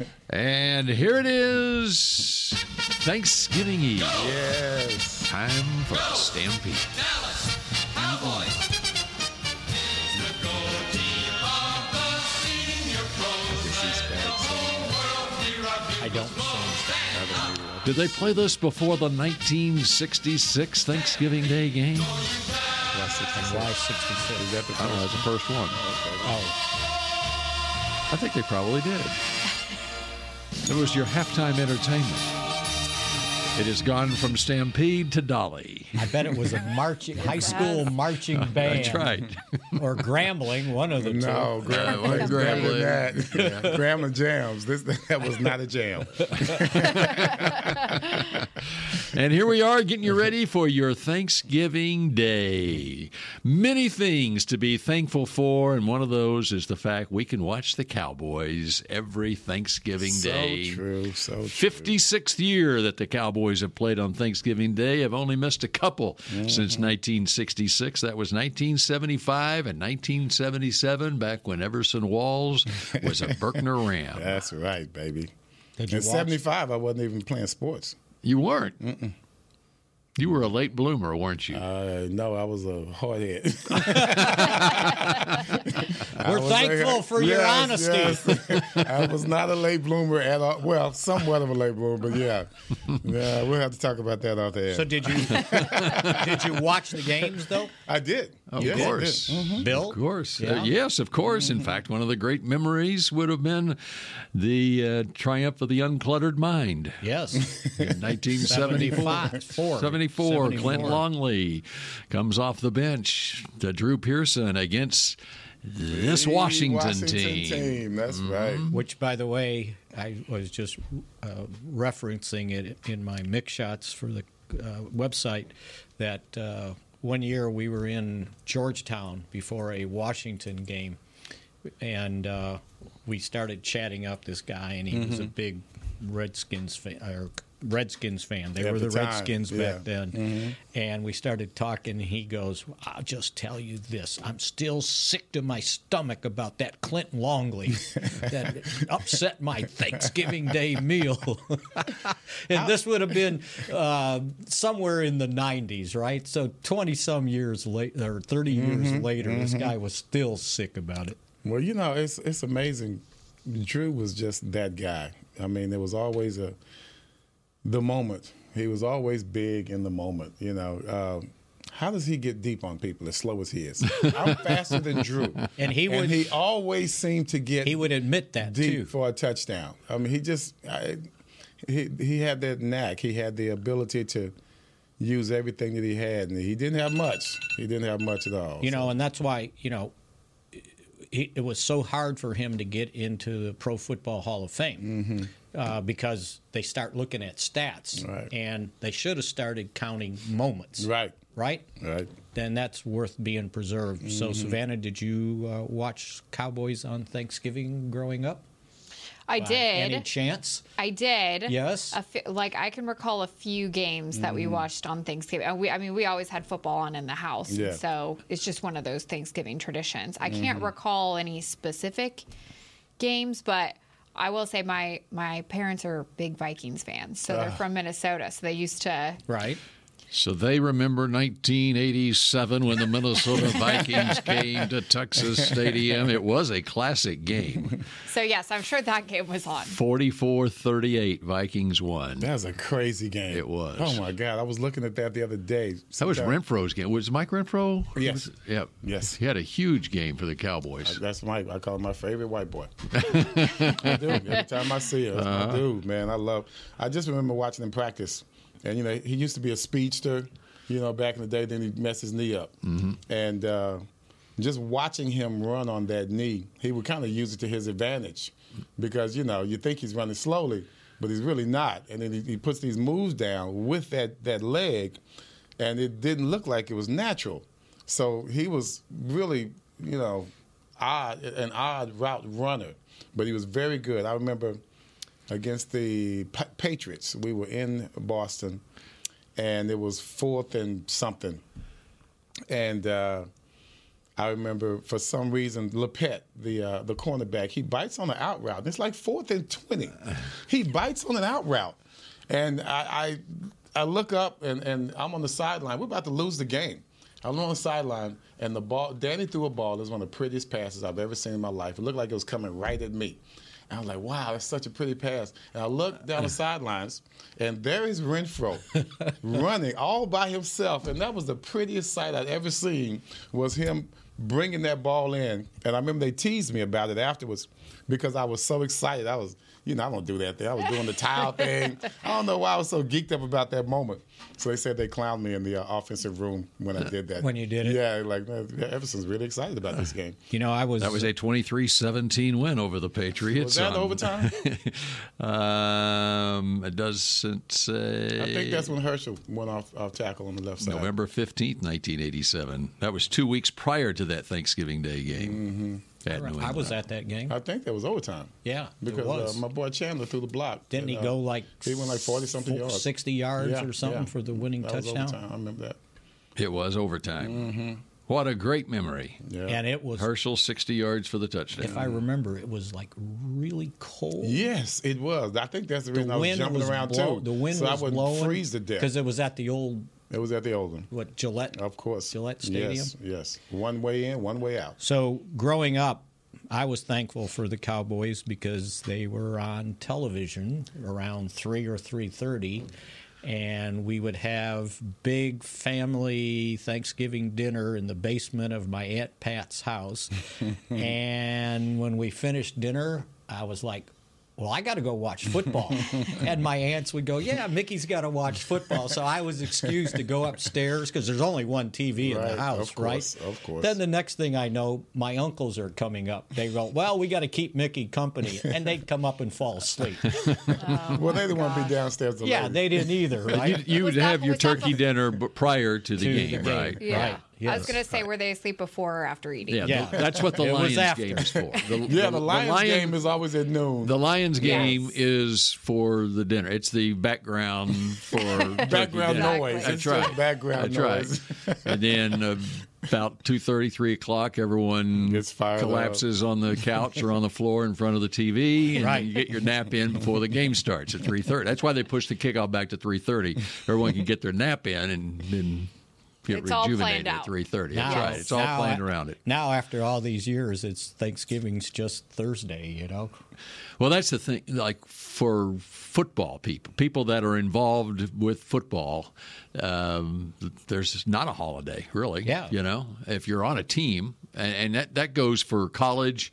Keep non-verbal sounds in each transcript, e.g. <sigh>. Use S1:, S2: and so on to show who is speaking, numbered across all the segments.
S1: <laughs> And here it is Thanksgiving Eve.
S2: Yes.
S1: Time for the Stampede.
S2: I don't sing.
S1: Did they play this before the 1966 Thanksgiving Day game?
S2: And why 66? Is that the
S1: I don't know. That's the first one.
S2: Oh,
S1: I think they probably did. It was your halftime entertainment. It has gone from Stampede to Dolly.
S2: I bet it was a
S1: <laughs>
S2: marching high school marching band.
S1: That's right.
S2: <laughs> Or grambling, one of the
S3: No,
S1: <laughs>
S3: gra- like Grambling. That. Grambling jams. This <laughs> that was not a jam.
S1: <laughs> And here we are getting you ready for your Thanksgiving Day. Many things to be thankful for, and one of those is the fact we can watch the Cowboys every Thanksgiving Day.
S3: So true. So true.
S1: 56th year that the Cowboys have played on Thanksgiving Day. Have only missed a couple since
S3: Mm-hmm.
S1: 1966. That was 1975 and 1977, back when Everson Walls was a Berkner
S3: <laughs>
S1: Ram.
S3: That's right, baby.
S2: Did you
S3: In
S2: watch?
S3: '75, I wasn't even playing sports.
S1: You weren't. You were a late bloomer, weren't you?
S3: Uh, no, I was a
S2: Oh,
S3: <laughs> hardhead.
S2: We're thankful for your honesty.
S3: uh, <laughs> I was not a late bloomer at all. Well, somewhat of a late bloomer, but yeah. yeah we'll have to talk about that off the air.
S2: So
S1: <laughs>
S2: did you did you watch the games though,
S3: <laughs> I did.
S1: of
S3: Yes, I did. Mm-hmm.
S1: course.
S2: Bill?
S1: Of course.
S2: Yeah. Mm-hmm.
S1: Uh, yes, of course. In fact, one of the great memories would have been the uh, triumph of the uncluttered mind.
S2: Yes. <laughs>
S1: in 1974.
S2: 74.
S1: 74, Clint
S2: 74.
S1: Longley comes off the bench to Drew Pearson against this
S3: The
S1: Washington, team. Mm-hmm.
S3: team, That's right.
S2: Which, by the way, I was just uh, referencing it in my mix shots for the uh, website that uh, one year we were in Georgetown before a Washington game, and uh, we started chatting up this guy, and he was a
S3: Mm-hmm.
S2: big Redskins fan. Or, Redskins fan. They
S3: At
S2: were the,
S3: the time,
S2: Redskins
S3: yeah. Mm-hmm.
S2: back then. And we started talking. and He goes, I'll just tell you this. I'm still sick to my stomach about that
S3: <laughs>
S2: Clinton Longley that upset my Thanksgiving Day meal. <laughs> and this would have been uh, somewhere in the 90s, right? So 20 some years later, or 30
S3: Mm-hmm.
S2: years later, this guy was still sick about it.
S3: Well, you know, it's it's amazing. Drew was just that guy. I mean, there was always a the moment. He was always big in the moment. You know, uh, how does he get deep on people as slow as he
S1: <laughs>
S3: is? I'm faster than Drew,
S2: And he would-
S3: and he always seemed to get
S2: He would admit that,
S3: deep
S2: too.
S3: for a touchdown. I mean, he just I, he he had that knack. He had the ability to use everything that he had, and he didn't have much. He didn't have much at all.
S2: You know, and that's why, you know, it, it was so hard for him to get into the Pro Football Hall of Fame
S3: Mm-hmm.
S2: uh, because they start looking at stats.
S3: Right.
S2: And they should have started counting moments.
S3: right,
S2: Right?
S3: right. Mm-hmm.
S2: Then that's worth being preserved. So, Savannah, did you uh, watch Cowboys on Thanksgiving growing up?
S4: I
S2: By
S4: did.
S2: Any chance?
S4: I did.
S2: Yes. Mm.
S4: A fe- like I can recall a few games that we watched on Thanksgiving. Uh, We, I mean, we always had football on in the house,
S3: Yeah.
S4: so it's just one of those Thanksgiving traditions. I
S2: Mm-hmm.
S4: can't recall any specific games, but I will say my my parents are big Vikings fans, so they're from Minnesota, so they used to.
S2: Right.
S1: So they remember 1987 when the
S2: <laughs>
S1: Minnesota Vikings came to Texas Stadium. It was a classic
S2: <laughs>
S1: game.
S4: So yes, I'm sure that game was on.
S1: 44-38 Vikings won.
S3: That was a crazy game.
S1: It was.
S3: Oh my God! I was looking at that the other day. uh,
S1: That was Renfro's game. Was Mike Renfro?
S3: Yes.
S1: Yeah.
S3: Yes. Uh,
S1: He had a huge game for the Cowboys.
S3: That's my. I call him my favorite white boy. I do. Every time I see him, I do. Man, I love. I just remember watching him practice, and you know he used to be a speedster. You know, back in the day, then he messed his knee up,
S1: Mm-hmm.
S3: and uh, just watching him run on that knee, he would kind of use it to his advantage, because you know you think he's running slowly, but he's really not. And then he, he puts these moves down with that that leg, and it didn't look like it was natural. So he was really, you know, odd an odd route runner, but he was very good. I remember against the Pa- Patriots, we were in Boston, and it was fourth and something, and. Uh, I remember for some reason Lepet, the uh, the cornerback, he bites on an out route. It's like fourth and twenty. He bites on an out route, and I I, I look up and, and I'm on the sideline. We're about to lose the game. I'm on the sideline, and the ball. Danny threw a ball. It was one of the prettiest passes I've ever seen in my life. It looked like it was coming right at me. And I was like, wow, that's such a pretty pass. And I look down the sidelines, and there is
S2: <laughs>
S3: Renfro running all by himself. And that was the prettiest sight I'd ever seen was him bringing that ball in. And I remember they teased me about it afterwards because I was so excited. I was, you know, I don't do that thing. I was doing the
S2: <laughs>
S3: tile thing. I don't know why I was so geeked up about that moment. So they said they clowned me in the uh, offensive room when I did that.
S2: <laughs> When you did it?
S3: Yeah, like, man, Everson's really excited about this game.
S2: You know, I was.
S1: That was a 23-17 win over the Patriots.
S3: Was that
S1: on-
S3: overtime?
S1: <laughs> um, it doesn't say.
S3: I think that's when Herschel went off, off tackle on the left side.
S1: November 15th, 1987. That was two weeks prior to that Thanksgiving Day game. Mm-hmm. At New
S2: I was
S1: England.
S2: at that game.
S3: I think that was overtime.
S2: Yeah, it
S3: because
S2: was.
S3: Uh, my boy Chandler threw the block.
S2: Didn't he
S3: And, uh,
S2: go like
S3: he went like forty something
S2: four-
S3: yards,
S2: 60 yards
S3: Yeah,
S2: or something
S3: yeah.
S2: for the winning
S3: That was
S2: touchdown?
S3: overtime. I remember that.
S1: It was overtime. What a great memory.
S3: Yeah.
S2: And it was,
S1: Herschel, 60 yards for the touchdown.
S2: if I remember, it was like really cold.
S3: yes, it was. I think that's the reason
S2: The
S3: I was
S2: wind
S3: jumping
S2: was
S3: around
S2: blow-
S3: too.
S2: The wind
S3: so
S2: was
S3: I wouldn't
S2: blowing
S3: freeze to death.
S2: because it was at the old
S3: It was at the old one,
S2: what Gillette.
S3: of course.
S2: Gillette Stadium?
S3: Yes, yes. One way in, one way out.
S2: So growing up, I was thankful for the Cowboys because they were on television around three or three thirty, and we would have big family Thanksgiving dinner in the basement of my aunt
S3: <laughs>
S2: Pat's house, and when we finished dinner, I was like. Well, I got to go
S3: <laughs>
S2: watch football. and my aunts would go, Yeah, Mickey's got to watch football. So I was excused to go upstairs because there's only one TV in
S3: Right,
S2: the
S3: of
S2: house,
S3: course,
S2: right?
S3: of course.
S2: Then the next thing I know, my uncles are coming up. They go, "Well, we got to keep Mickey company," and they'd come up and fall asleep.
S3: well, they didn't want to be downstairs. The
S2: <laughs> yeah,
S3: lady.
S2: they
S1: <laughs>
S2: didn't either, right?
S1: You
S4: Was
S1: would
S4: that-
S1: have your
S4: was that
S1: turkey
S4: the-
S1: dinner b- prior to the
S2: To the
S1: game,
S2: game.
S1: right?
S4: Yeah.
S2: Right,
S4: I was
S2: yes.
S4: going to say, were they asleep before or after eating?
S1: Yeah,
S2: Yeah.
S1: th- that's what the
S2: It was
S1: Lions
S2: after.
S1: game is for. The,
S3: <laughs> yeah. The, Lions game is always at noon.
S1: The Lions game
S4: Yes.
S1: is for the dinner. It's the background
S3: <laughs>
S1: for turkey
S3: background
S1: dinner.
S3: noise.
S4: Exactly.
S3: It's
S1: That's right.
S3: just background
S1: That's right.
S3: noise. <laughs>
S1: and then uh, about two thirty, three o'clock, everyone
S3: Gets fired
S1: collapses on the couch or on the floor in front of the TV, and
S2: Right.
S1: you get your nap in before the game starts at three thirty. That's why they push the kickoff back to three thirty. Everyone can get their nap in and then get
S4: It's all
S1: rejuvenated
S4: planned
S1: at
S4: out.
S1: three thirty. That's right. It's all
S2: now-
S1: planned around it.
S2: Now, after all these years, it's Thanksgiving's just Thursday, you know.
S1: Well, that's the thing. Like for football people, people that are involved with football, um, there's not a holiday really.
S2: Yeah.
S1: You know, if you're on a team, and, and that that goes for college.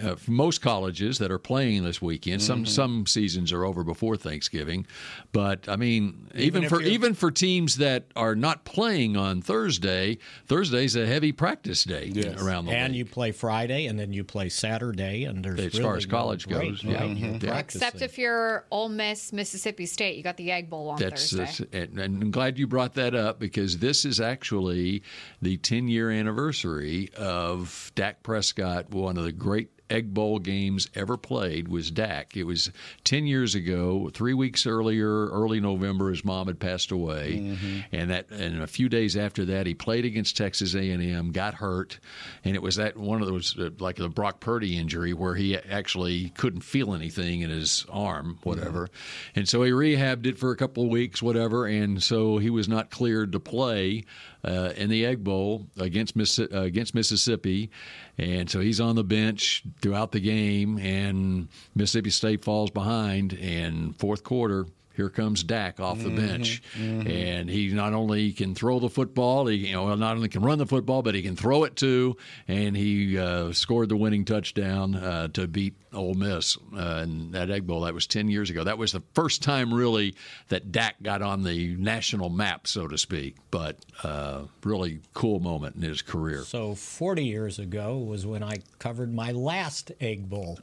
S1: Uh, for most colleges that are playing this weekend, some some seasons are over before Thanksgiving, but I mean, even,
S3: if
S1: for
S3: you're-
S1: even for teams that are not playing on Thursday, Thursday's a heavy practice day
S3: Yes.
S1: around the
S2: And
S1: league.
S2: you play Friday, and then you play Saturday, and there's
S1: As
S2: really
S1: far as
S2: no
S1: college
S2: break,
S1: goes, yeah.
S2: right? You're
S1: Mhm.
S2: practicing.
S4: Except if you're Ole Miss, Mississippi State, you got the Egg Bowl on
S1: That's
S4: Thursday.
S1: that's- and, and I'm glad you brought that up because this is actually the 10 year anniversary of Dak Prescott, one of the great Egg Bowl games ever played was Dak. It was 10 years ago, three weeks earlier, early November, his mom had passed away, and that and a few days after that, he played against Texas A&M, got hurt, and it was that one of those uh, like the Brock Purdy injury where he actually couldn't feel anything in his arm, whatever, and so he rehabbed it for a couple of weeks, whatever, and so he was not cleared to play uh, in the Egg Bowl against Miss, uh, against Mississippi, and so he's on the bench throughout the game, and Mississippi State falls behind, and fourth quarter. Here comes Dak off the bench, and he not only can throw the football, he you know not only can run the football, but he can throw it too. And he uh, scored the winning touchdown uh, to beat Ole Miss uh, in that Egg Bowl. That was ten years ago. That was the first time really that Dak got on the national map, so to speak. But uh, really cool moment in his career. Mm.
S2: So 40 years ago was when I covered my last Egg Bowl.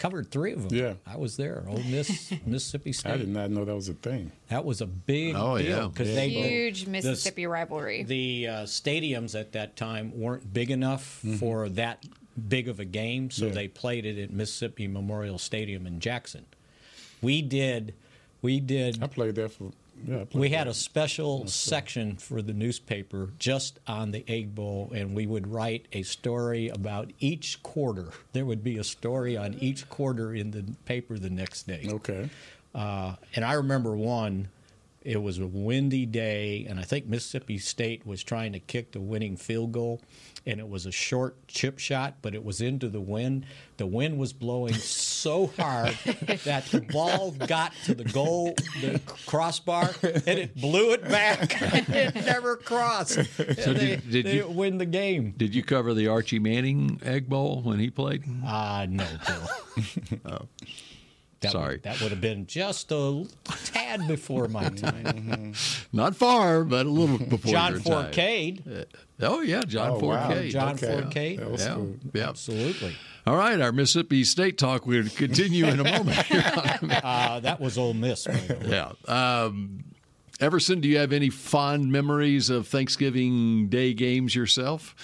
S2: covered three of them.
S3: Yeah.
S2: I was there. Ole Miss, <laughs> Mississippi
S3: I did
S2: State.
S3: not know that was a thing.
S2: That was a big
S1: Oh,
S2: deal
S1: yeah.
S2: because they
S4: Huge
S2: the-
S4: Mississippi rivalry.
S2: the uh, stadiums at that time weren't big enough for that big of a game, so
S3: Mm-hmm. Yeah.
S2: they played it at Mississippi Memorial Stadium in Jackson. We did, we did.
S3: I played there for. Yeah, I played
S2: We had
S3: there.
S2: a special section for the newspaper just on the Egg Bowl, and we would write a story about each quarter. There would be a story on each quarter in the paper the next day.
S3: Okay.
S2: Uh, and I remember one. It was a windy day, and I think Mississippi State was trying to kick the winning field goal, and it was a short chip shot, but it was into the wind. The wind was blowing so
S3: <laughs>
S2: hard that the ball got to the goal, the crossbar, and it blew it back. <laughs> it
S1: <laughs>
S2: never crossed. And they,
S1: did- did
S2: they
S1: you-
S2: win the game?
S1: Did you cover the Archie Manning Egg Bowl when he played? Oh.
S2: Ah, no,
S1: <laughs>
S2: Bill. That
S1: Sorry.
S2: Would, that would have been just a tad before my time.
S3: Mm-hmm.
S1: Not far, but a little before
S2: John
S1: your time.
S2: Forcade.
S1: Oh yeah, John
S3: Oh, wow.
S1: Forcade.
S2: John
S3: Okay.
S2: Forcade.
S3: That was
S1: Yeah.
S3: cool.
S1: Yeah. <laughs>
S2: Absolutely.
S1: All right, our Mississippi State talk will continue
S2: <laughs>
S1: in a moment. here on-
S2: Uh, that was Ole Miss. by the way.
S1: yeah. Um, Everson, do you have any fond memories of Thanksgiving Day games yourself?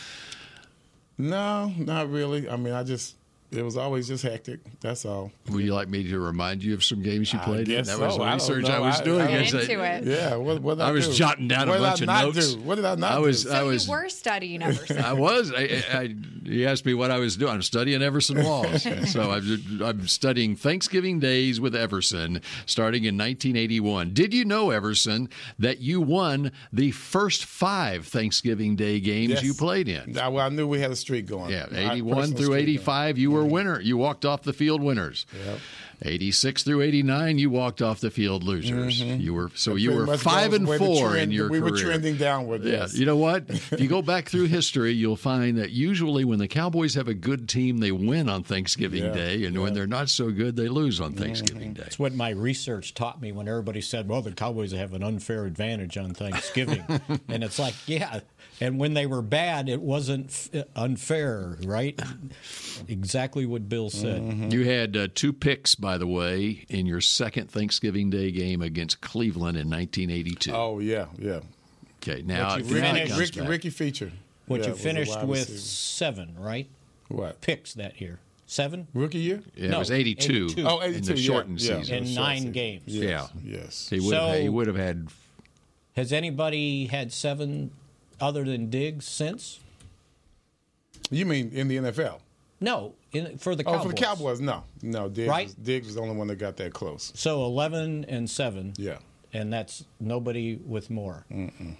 S3: No, not really. I mean, I just it was always just hectic. That's all.
S1: Would you like me to remind you of some games you
S3: I
S1: played? in?
S3: guess
S1: that was
S3: so. I don't
S1: research
S3: know.
S1: I was
S3: I-
S1: doing.
S3: I don't-
S1: as I-
S4: Into it.
S3: Yeah. What, what did
S1: I was
S3: do?
S1: jotting down a
S3: what
S1: bunch
S3: did
S1: of
S3: I not
S1: notes.
S3: Do? What did I not?
S1: I was.
S3: do?
S1: I
S4: So
S1: was.
S4: you were studying
S1: <laughs>
S4: Everson.
S1: I was. I, I, I, he asked me what I was doing. I'm studying Everson
S3: <laughs>
S1: Walls. so I'm, I'm studying Thanksgiving Days with Everson starting in 1981. Did you know, Everson, that you won the first five Thanksgiving Day games
S3: Yes.
S1: you played in?
S3: I, well, I knew we had a streak going.
S1: Yeah,
S3: Our
S1: 81
S3: personal
S1: through
S3: streak
S1: 85, you were winner. You walked off the field winners.
S3: Yep.
S1: 86 through 89, you walked off the field losers. You were so you
S3: Mm-hmm. pretty
S1: were
S3: much
S1: 5
S3: goes
S1: and
S3: where the
S1: 4 in
S3: trend-
S1: your
S3: we
S1: career.
S3: were trending downward,
S1: Yeah,
S3: yes.
S1: you
S3: <laughs>
S1: know what? If you go back through history, you'll find that usually when the Cowboys have a good team, they win on Thanksgiving
S3: Yeah, Mm-hmm.
S1: Day, and when they're not so good, they lose on Thanksgiving Day.
S2: That's what my research taught me when everybody said, well, the Cowboys have an unfair advantage on
S3: <laughs>
S2: Thanksgiving. and it's like, yeah. And when they were bad, it wasn't f- uh, unfair, right? exactly what Bill said.
S3: Mm-hmm.
S1: You had uh, two picks, by the way, in your second Thanksgiving Day game against Cleveland in 1982.
S3: Oh yeah, yeah.
S1: okay, now
S2: But you
S1: now it
S2: finished-
S1: comes
S3: Ricky,
S1: back.
S3: Ricky feature.
S2: What
S3: Yeah,
S2: you
S3: was a
S2: finished
S3: wide
S2: with
S3: receiver.
S2: seven, right?
S3: what
S2: Picks that year. Seven?
S3: rookie year?
S1: Yeah, it
S2: No,
S1: was 82,
S2: 82.
S3: Oh,
S1: in
S3: 82,
S1: the
S3: yeah,
S1: shortened
S3: yeah.
S1: season.
S2: In
S3: Short
S2: nine
S3: season.
S2: games.
S3: Yes,
S1: Yeah.
S3: Yes.
S1: He would, have,
S2: So-
S1: he would have had
S2: Has anybody had seven other than Diggs since?
S3: You mean in the NFL?
S2: No, in, for the
S3: Oh,
S2: Cowboys.
S3: for the Cowboys, no, no. Oh, Diggs,
S2: Right?
S3: was, Diggs was the only one that got that close.
S2: So eleven and seven.
S3: Yeah.
S2: And that's nobody with more.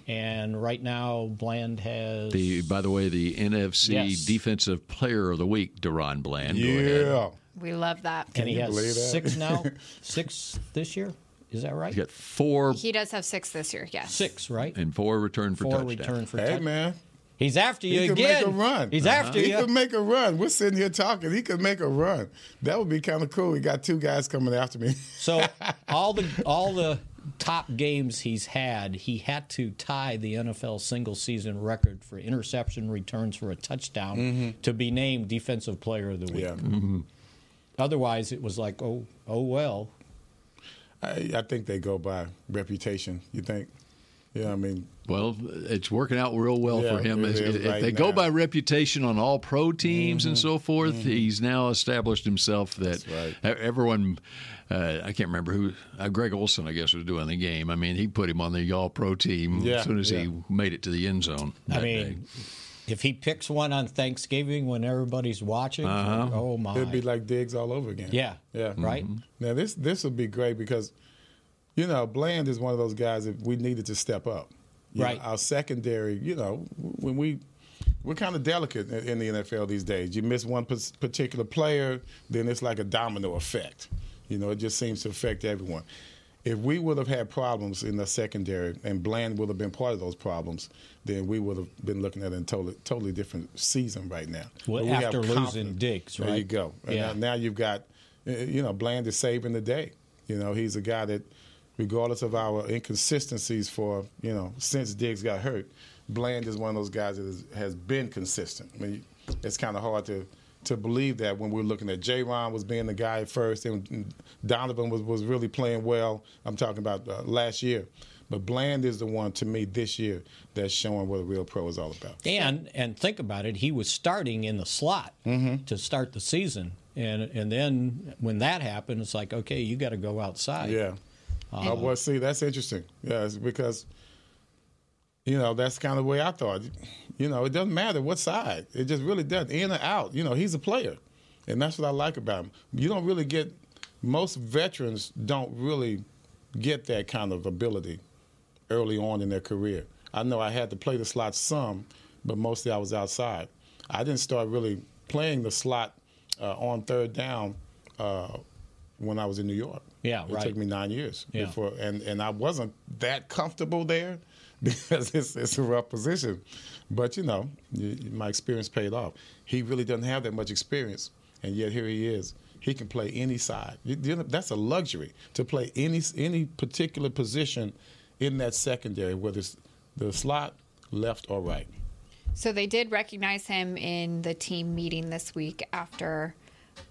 S2: And right now, Bland has.
S1: the. By the way, the NFC
S2: Yes.
S1: Defensive Player of the Week, Deron Bland. Go ahead.
S3: Yeah.
S4: we love that.
S2: and he
S3: you believe that?
S2: has six
S3: <laughs>
S2: now. six this year. Is that right?
S1: He's got four
S4: He does have six this year. Yes.
S2: Six, right?
S1: and four return for
S2: Four
S1: touchdown.
S2: return for
S3: Hey
S2: touch-
S3: man,
S2: He's after you
S3: he could
S2: again.
S3: make a run.
S1: Uh-huh.
S2: He's after
S3: He
S2: you.
S3: could make a run. We're sitting here talking. He could make a run. That would be kind of cool. We got two guys coming after me. <laughs>
S2: So all the all the top games he's had, he had to tie the NFL single season record for interception returns for a touchdown to be named defensive player of the week.
S3: Mm-hmm. yeah.
S1: Mm-hmm.
S2: Otherwise, it was like, oh, oh well.
S3: I, I think they go by reputation. You think? Yeah, I mean,
S1: Well, it's working out real well
S3: Yeah,
S1: for him.
S3: it
S1: As-
S3: is
S1: if
S3: right
S1: they go
S3: now. Mm-hmm.
S1: by reputation on all pro teams and so forth, he's now established himself that
S3: right.
S1: e- everyone. Uh, I can't remember who. Uh, Greg Olson, I guess, was doing the game. I mean, he put him on the all pro team
S3: Yeah,
S1: as soon as
S3: yeah.
S1: he made it to the end zone.
S2: I
S1: that
S2: mean,
S1: day.
S2: if he picks one on Thanksgiving when everybody's watching, oh my,
S3: it'd be like Diggs all over again.
S2: yeah,
S3: Yeah.
S2: right.
S3: Now this this would be great because, you know, Bland is one of those guys that we needed to step up. You
S2: Right.
S3: know, our secondary, you know, when we we're kind of delicate in, in the NFL these days. You miss one pers- particular player, then it's like a domino effect. You know, it just seems to affect everyone. If we would have had problems in the secondary, and Bland would have been part of those problems, then we would have been looking at a totally totally different season right now.
S2: Well,
S3: But we have
S2: after losing
S3: confidence.
S2: Diggs,
S3: There you
S2: right?
S3: go. And
S2: Yeah.
S3: now- now you've got, uh, you know, Bland is saving the day. You know, he's a guy that, regardless of our inconsistencies for, you know, since Diggs got hurt, Bland is one of those guys that is, has been consistent. I mean, it's kind of hard to to believe that when we were looking at J. Ron was being the guy at first, and Donovan was, was really playing well. I'm talking about uh, last year. But Bland is the one to me this year that's showing what a real pro is all about.
S2: And and think about it, he was starting in the slot
S3: Mm-hmm.
S2: to start the season, and and then when that happened, it's like okay, you got to go outside.
S3: Yeah.
S2: Uh-huh.
S3: Uh, well, see, that's interesting. Yeah, it's because, you know, that's kind of the way I thought. You know, it doesn't matter what side. It just really doesn't. In or out. You know, he's a player. And that's what I like about him. You don't really get, most veterans don't really get that kind of ability early on in their career. I know I had to play the slot some, but mostly I was outside. I didn't start really playing the slot uh, on third down uh, when I was in New York.
S2: Yeah,
S3: it
S2: right.
S3: took me nine years
S2: Yeah.
S3: before, and, and I wasn't that comfortable there <laughs> because it's, it's a rough position. But you know, y- my experience paid off. He really doesn't have that much experience, and yet here he is. He can play any side. You- you know, That's a luxury to play any any particular position in that secondary, whether it's the slot, left or right.
S4: So they did recognize him in the team meeting this week after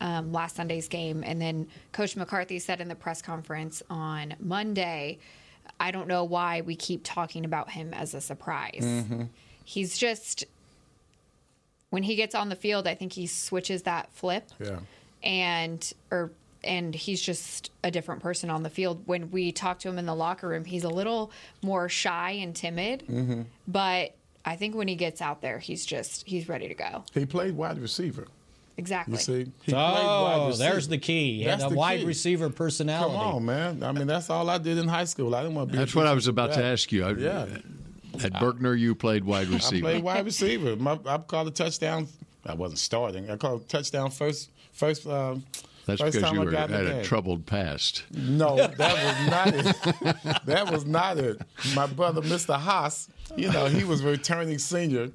S4: um, last Sunday's game. And then Coach McCarthy said in the press conference on Monday, I don't know why we keep talking about him as a surprise.
S1: Mm-hmm.
S4: He's just, when he gets on the field, I think he switches that flip.
S3: Yeah.
S4: And, or, and he's just a different person on the field. When we talk to him in the locker room, he's a little more shy and timid but I think when he gets out there, he's just he's ready to go.
S3: He played wide receiver.
S4: Exactly.
S3: You see, he
S2: Oh, there's the key. Yeah,
S3: That's
S2: the,
S3: the
S2: wide
S3: key.
S2: receiver personality.
S3: Come on, man. I mean, that's all I did in high school. I didn't want to be.
S1: That's what I was about to ask you. I-
S3: Yeah.
S1: At Berkner, you played wide
S3: I
S1: receiver.
S3: played wide receiver. My, I called a touchdown. I wasn't starting. I called a touchdown first. First. Um,
S1: That's
S3: first
S1: because
S3: time
S1: you
S3: I
S1: were
S3: got
S1: had
S3: in the
S1: a
S3: game.
S1: troubled past.
S3: No, that was not it. that was not it. My brother, Mr. Haas, you know, he was a returning senior.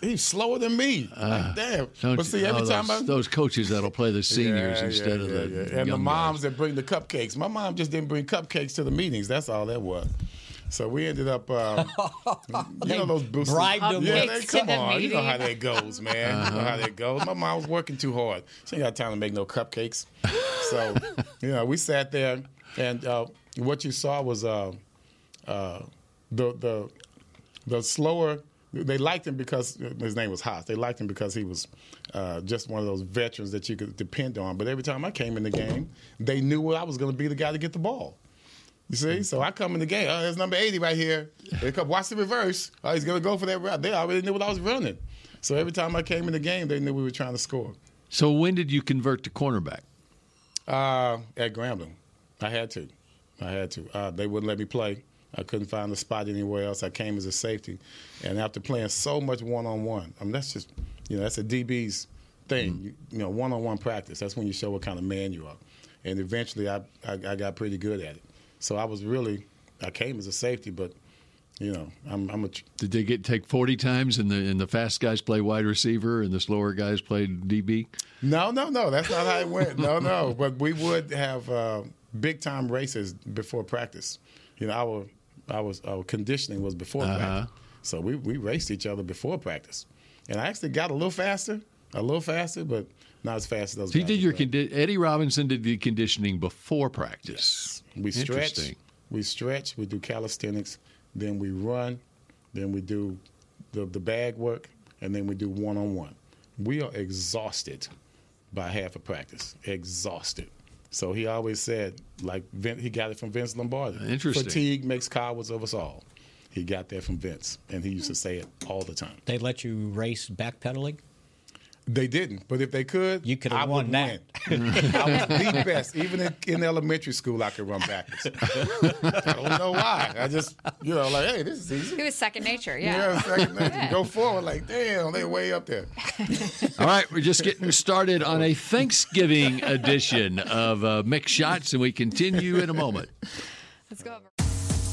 S3: He's slower than me. like, damn.
S1: Uh, Don't
S3: But
S1: you-
S3: see, every
S1: oh,
S3: time
S1: those,
S3: I
S1: those coaches that'll play the seniors
S3: Yeah,
S1: instead
S3: yeah,
S1: of
S3: yeah,
S1: the
S3: yeah.
S1: young
S3: and the moms
S1: guys.
S3: that bring the cupcakes. My mom just didn't bring cupcakes to the meetings. That's all that was. So we ended up,
S1: <laughs>
S3: um,
S1: Oh,
S3: you know, those boosters.
S2: bribed them
S3: yeah,
S4: with-
S3: they-
S4: Cupcakes
S3: come
S4: to the Uh-huh.
S3: on, you know
S4: meeting.
S3: how that goes, man. You know how that goes. My mom was working too hard. She ain't got time to make no cupcakes.
S4: <laughs>
S3: So, you know, we sat there, and uh, what you saw was uh, uh, the the the slower they liked him because his name was Haas. They liked him because he was uh, just one of those veterans that you could depend on. But every time I came in the game, they knew I was going to be the guy to get the ball. You see, so I come in the game. Oh, there's number 80 right here. They come, watch the reverse. Oh, he's going to go for that route. They already knew what I was running. So every time I came in the game, they knew we were trying to score.
S1: So when did you convert to cornerback?
S3: Uh, at Grambling, I had to. I had to. Uh, they wouldn't let me play. I couldn't find a spot anywhere else. I came as a safety, and after playing so much one-on-one, I mean that's just, you know, that's a DB's thing. You, you know, one-on-one practice. That's when you show what kind of man you are. And eventually, I, I I got pretty good at it. So I was really, I came as a safety, but, you know, I'm I'm a tr-
S1: Did they get take forty times and the and the fast guys play wide receiver and the slower guys played DB?
S3: No, no, no. That's not how it went. No, no.
S1: <laughs>
S3: But we would have uh, big time races before practice. You know, our our, our conditioning was before
S1: Uh-huh.
S3: practice, so we we raced each other before practice, and I actually got a little faster, a little faster, but not as fast as those.
S1: So you
S3: guys
S1: did your
S3: were.
S1: condi- Eddie Robinson did the conditioning before practice.
S3: We stretch.
S1: Interesting.
S3: We stretch. We do calisthenics. Then we run. Then we do the, the bag work, and then we do one on one. We are exhausted by half of practice. Exhausted. So he always said, like Vin, he got it from Vince Lombardi.
S1: Interesting.
S3: Fatigue makes cowards of us all. He got that from Vince, and he used to say it all the time.
S2: They let you race backpedaling.
S3: They didn't, but if they could,
S2: You could've
S3: I
S2: won
S3: would
S2: that.
S3: win. <laughs> I was the best. Even in, in elementary school, I could run backwards. <laughs> I don't know why. I just, you know, like, hey, this is easy.
S4: It was second nature.
S3: You
S4: Yeah.
S3: know what I'm saying? Like, Go forward, like, damn, they way up there.
S1: All right, we're just getting started on a Thanksgiving edition of uh, Mix Shots, and we continue in a moment.
S4: Let's go. Over.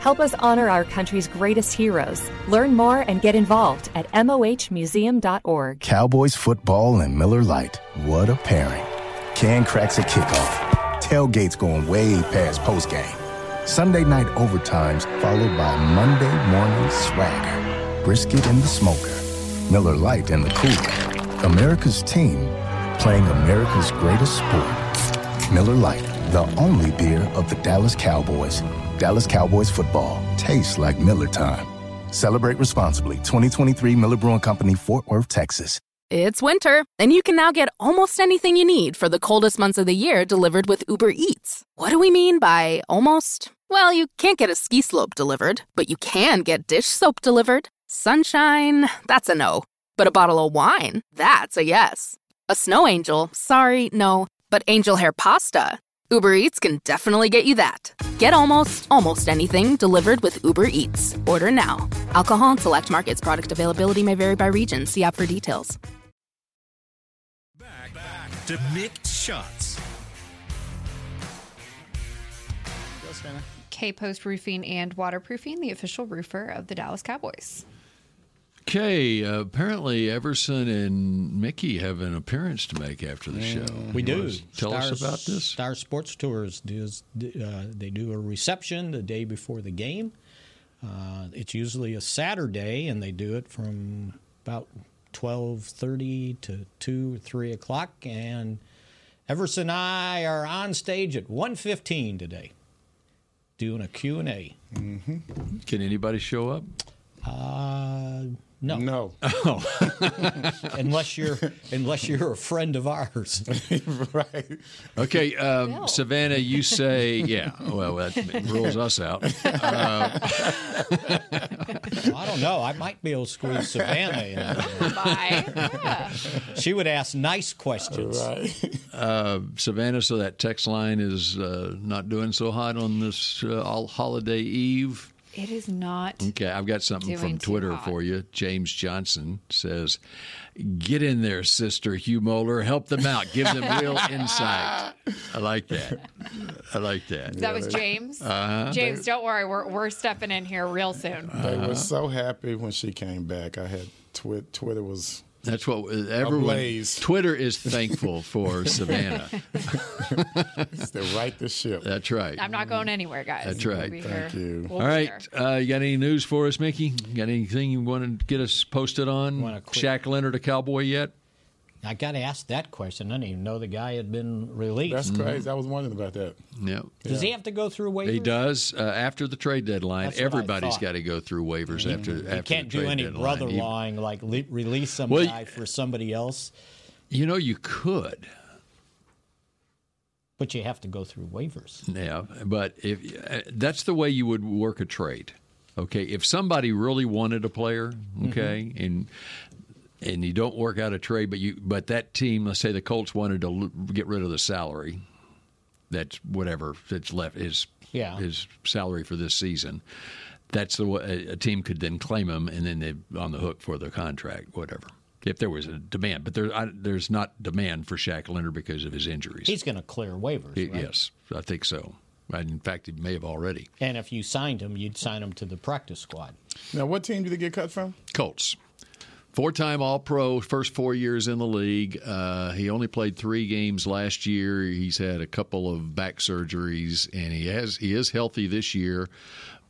S5: Help us honor our country's greatest heroes. Learn more and get involved at mohmuseum.org.
S6: Cowboys football and Miller Lite. What a pairing. Can cracks a kickoff. Tailgates going way past postgame. Sunday night overtimes followed by Monday morning swagger. Brisket in the smoker. Miller Lite in the cooler. America's team playing America's greatest sport. Miller Lite, the only beer of the Dallas Cowboys. Dallas Cowboys football tastes like Miller time. Celebrate responsibly. 2023 Miller Brewing Company, Fort Worth, Texas.
S7: It's winter, and you can now get almost anything you need for the coldest months of the year delivered with Uber Eats. What do we mean by almost? Well, you can't get a ski slope delivered, but you can get dish soap delivered. Sunshine, that's a no. But a bottle of wine, that's a yes. A snow angel, sorry, no. But angel hair pasta, Uber Eats can definitely get you that. Get almost, almost anything delivered with Uber Eats. Order now. Alcohol and select markets product availability may vary by region. See app for details.
S8: Back, back to mixed shots.
S4: K Post Roofing and Waterproofing, the official roofer of the Dallas Cowboys.
S1: Okay, uh, apparently Everson and Mickey have an appearance to make after the show.
S2: Mm, We
S1: You
S2: do.
S1: wanna Tell us
S2: Stars-
S1: about this.
S2: Star Sports Tours does. Uh, they do a reception the day before the game. Uh, it's usually a Saturday, and they do it from about twelve thirty to two or three o'clock. And Everson and I are on stage at one fifteen today, doing a Q and A.
S1: Can anybody show up?
S2: Uh, no,
S1: <laughs>
S3: No.
S2: <laughs>
S1: Oh.
S2: unless you're unless you're a friend of ours.
S3: <laughs>
S2: <laughs>
S3: right.
S1: Okay, um,
S4: No.
S1: Savannah, you say yeah. Well, that rules us out.
S2: Well, I don't know. I might be able to squeeze Savannah in.
S4: <laughs> Bye. Yeah.
S2: <laughs> She would ask nice questions.
S3: Right.
S1: Uh, Savannah, so that text line is uh, not doing so hot on this uh, all holiday eve.
S4: It is not.
S1: Okay, I've got something
S4: Doing
S1: from
S4: too
S1: Twitter
S4: hot.
S1: for you. James Johnson says, "Get in there, sister Hugh Moeller. Help them out. Give them
S4: <laughs>
S1: real insight." I like that. I like that.
S4: That was James.
S1: Uh-huh.
S4: James, don't worry. We're, we're stepping in here real soon.
S3: They
S1: Uh-huh.
S3: were so happy when she came back. I had twi- Twitter was
S1: That's what uh, everyone.
S3: Ablaze.
S1: Twitter is thankful
S4: <laughs>
S3: <laughs>
S1: for Savannah.
S3: it's the right the ship.
S1: That's right.
S4: I'm not going anywhere, guys.
S1: That's right.
S4: We'll be
S3: Thank
S4: here.
S3: you.
S4: We'll be
S1: All right.
S4: here.
S1: Uh, you got any news for us, Mickey? You got anything you want to get us posted on?
S2: Want a quick-
S1: Shaq Leonard a cowboy yet?
S2: I got to ask that question. I didn't even know the guy had been released. Mm-hmm.
S3: That's crazy. I was wondering about that.
S1: No.
S2: does he have to go through waivers?
S1: He does uh, after the trade deadline.
S2: That's what I
S1: Everybody's
S2: thought.
S1: got to go through waivers after. after
S2: You can't
S1: the
S2: do
S1: trade
S2: any
S1: deadline.
S2: brother
S1: You-
S2: lawing, like le- release some
S1: Well,
S2: guy for somebody else,
S1: You, know you could.
S2: but you have to go through waivers.
S1: Yeah, but if uh, that's the way you would work a trade. Okay, if somebody really wanted a player,
S2: Mm-hmm.
S1: okay, and and you don't work out a trade, but you but that team, let's say the Colts wanted to l- get rid of the salary, that's whatever that's left is
S2: Yeah.
S1: his salary for this season. That's the way a, a team could then claim him, and then they're on the hook for their contract, whatever. If there was a demand, but there I, there's not demand for Shaq Leonard because of his injuries.
S2: He's going to clear waivers.
S1: Y-
S2: right?
S1: Yes, I think so. And in fact, he may have already.
S2: And if you signed him, you'd sign him to the practice squad.
S3: Now, what team did he get cut from?
S1: Colts. Four time All Pro, first four years in the league. Uh, he only played three games last year. He's had a couple of back surgeries, and he has he is healthy this year,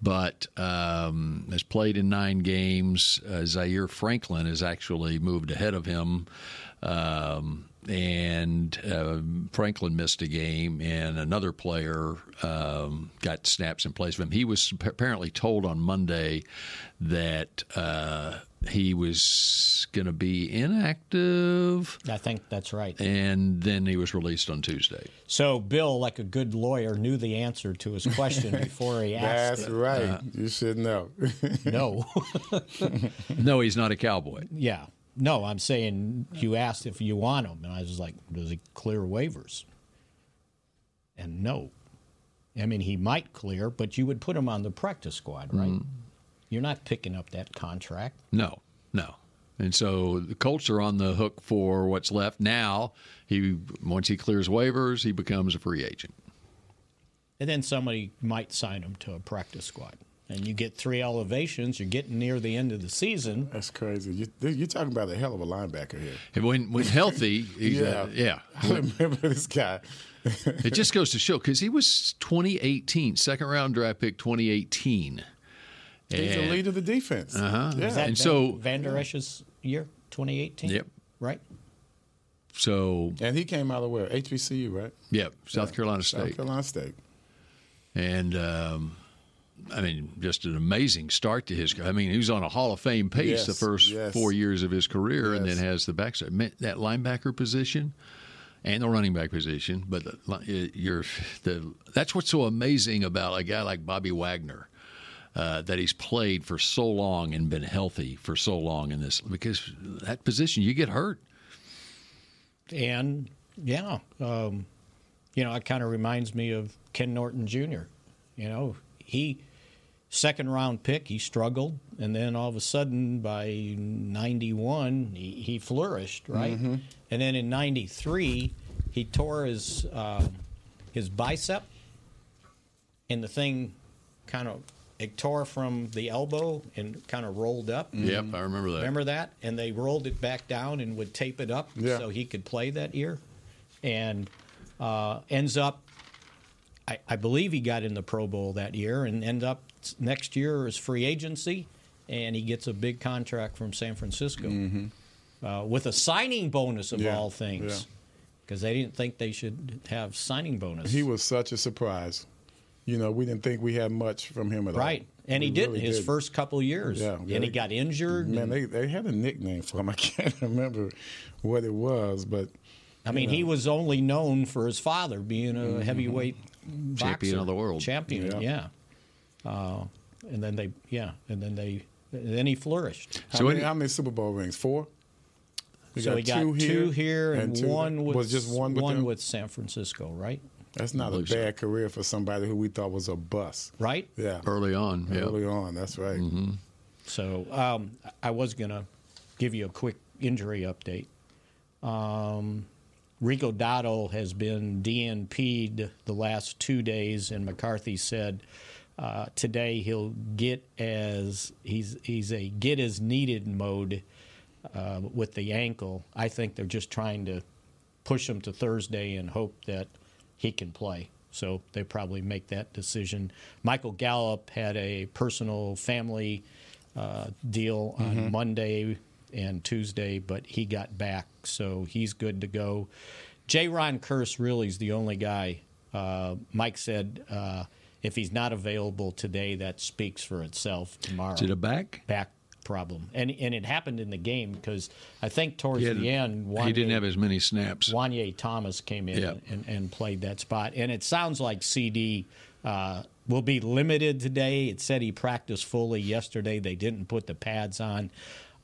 S1: but um, has played in nine games. Uh, Zaire Franklin has actually moved ahead of him. Um, and uh, Franklin missed a game, and another player um, got snaps in place of him. He was apparently told on Monday that uh, he was going to be inactive,
S2: I think that's right.
S1: and then he was released on Tuesday.
S2: So Bill, like a good lawyer, knew the answer to his
S3: <laughs>
S2: question before he asked
S3: That's
S2: it.
S3: right.
S1: Uh,
S3: you should know. <laughs>
S2: No.
S1: <laughs> No, he's not a cowboy.
S2: yeah. No, I'm saying you asked if you want him, and I was like, does he clear waivers? And no. I mean, he might clear, but you would put him on the practice squad,
S1: Mm-hmm.
S2: right?
S1: Mm.
S2: You're not picking up that contract.
S1: No, no. And so the Colts are on the hook for what's left now. He once he clears waivers, he becomes a free agent.
S2: And then somebody might sign him to a practice squad. And you get three elevations, you're getting near the end of the season.
S3: That's crazy. You, you're talking about a hell of a linebacker here.
S1: And when when healthy, he's a- yeah.
S3: I remember this guy.
S1: <laughs> It just goes to show because he was 2018, second round draft pick 2018.
S3: He's the
S1: And-
S3: lead of the defense. Uh-huh. Yeah.
S2: Is that
S1: And
S2: Van,
S1: so-
S2: Van Der Esch's year, 2018?
S1: Yep.
S2: Right?
S1: So,
S3: and he came out of where? HBCU, right?
S1: yeah, South Carolina State.
S3: South Carolina State.
S1: And, um, I mean, just an amazing start to his. I mean, he was on a Hall of Fame pace the
S3: Yes,
S1: first
S3: yes.
S1: four years of his career, and then
S3: Yes.
S1: has the back man, that linebacker position and the running back position. But the, li- you're the that's what's so amazing about a guy like Bobby Wagner. uh, that he's played for so long and been healthy for so long in this because that position you get hurt.
S2: And yeah, um, you know, it kind of reminds me of Ken Norton Jr. You know, he second round pick, he struggled, and then all of a sudden by '91 he, he flourished, right? And then in '93 he tore his um his bicep, and the thing kind of it tore from the elbow and kind of rolled up.
S3: Mm-hmm.
S1: Yep, I remember that.
S2: Remember that? And they rolled it back down and would tape it up
S3: Yeah.
S2: so he could play that year. And uh, ends up, I, I believe he got in the Pro Bowl that year and end up s- next year as free agency. And he gets a big contract from San Francisco uh, with a signing bonus of
S3: Mm-hmm. Yeah,
S2: all things.
S3: yeah.
S2: Because they didn't think they should have signing bonus.
S3: He was such a surprise. You know, we didn't think we had much from him at all.
S2: right. And he
S3: We
S2: didn't
S3: really
S2: his first couple years.
S3: Yeah,
S2: and
S3: yeah,
S2: he
S3: they-
S2: got injured.
S3: Man,
S2: and-
S3: they, they had a nickname for him. <laughs> I can't remember what it was, but
S2: I mean, he was only known for his father being a
S3: Mm-hmm.
S2: heavyweight boxer,
S1: Champion of the world.
S2: champion. Yeah, Uh, and then they, yeah, and then they, and then he flourished.
S3: how,
S1: So
S3: many,
S1: any-
S3: how many Super Bowl rings? Four? We
S2: so he got two here, and,
S3: two-
S2: one with
S3: was just one with,
S2: one
S3: them?
S2: with San Francisco, right?
S3: That's not a
S1: believe so.
S3: bad career for somebody who we thought was a bust.
S2: Right.
S3: Yeah.
S1: Early on, yeah. Mm-hmm.
S3: Early on, that's right.
S1: Hmm.
S2: So um, I was going to give you a quick injury update. Um, Rico Dottle has been DNP'd the last two days, and McCarthy said uh, today he'll get as he's he's a get as needed mode uh, with the ankle. I think they're just trying to push him to Thursday and hope that he can play. So they probably make that decision. Michael Gallup had a personal family uh, deal on
S1: Mm-hmm.
S2: Monday and Tuesday, but he got back, so he's good to go. J. Ron Curse really is the only guy. Uh, Mike said uh, if he's not available today, that speaks for itself tomorrow
S1: Is it a back?
S2: back problem, and and it happened in the game because I think towards
S1: Yeah,
S2: the end
S1: he didn't
S2: Wanye-
S1: have as many snaps.
S2: Wanye Thomas came in
S1: Yeah.
S2: and, and played that spot, and it sounds like CD uh, will be limited today. It said he practiced fully yesterday. They didn't put the pads on.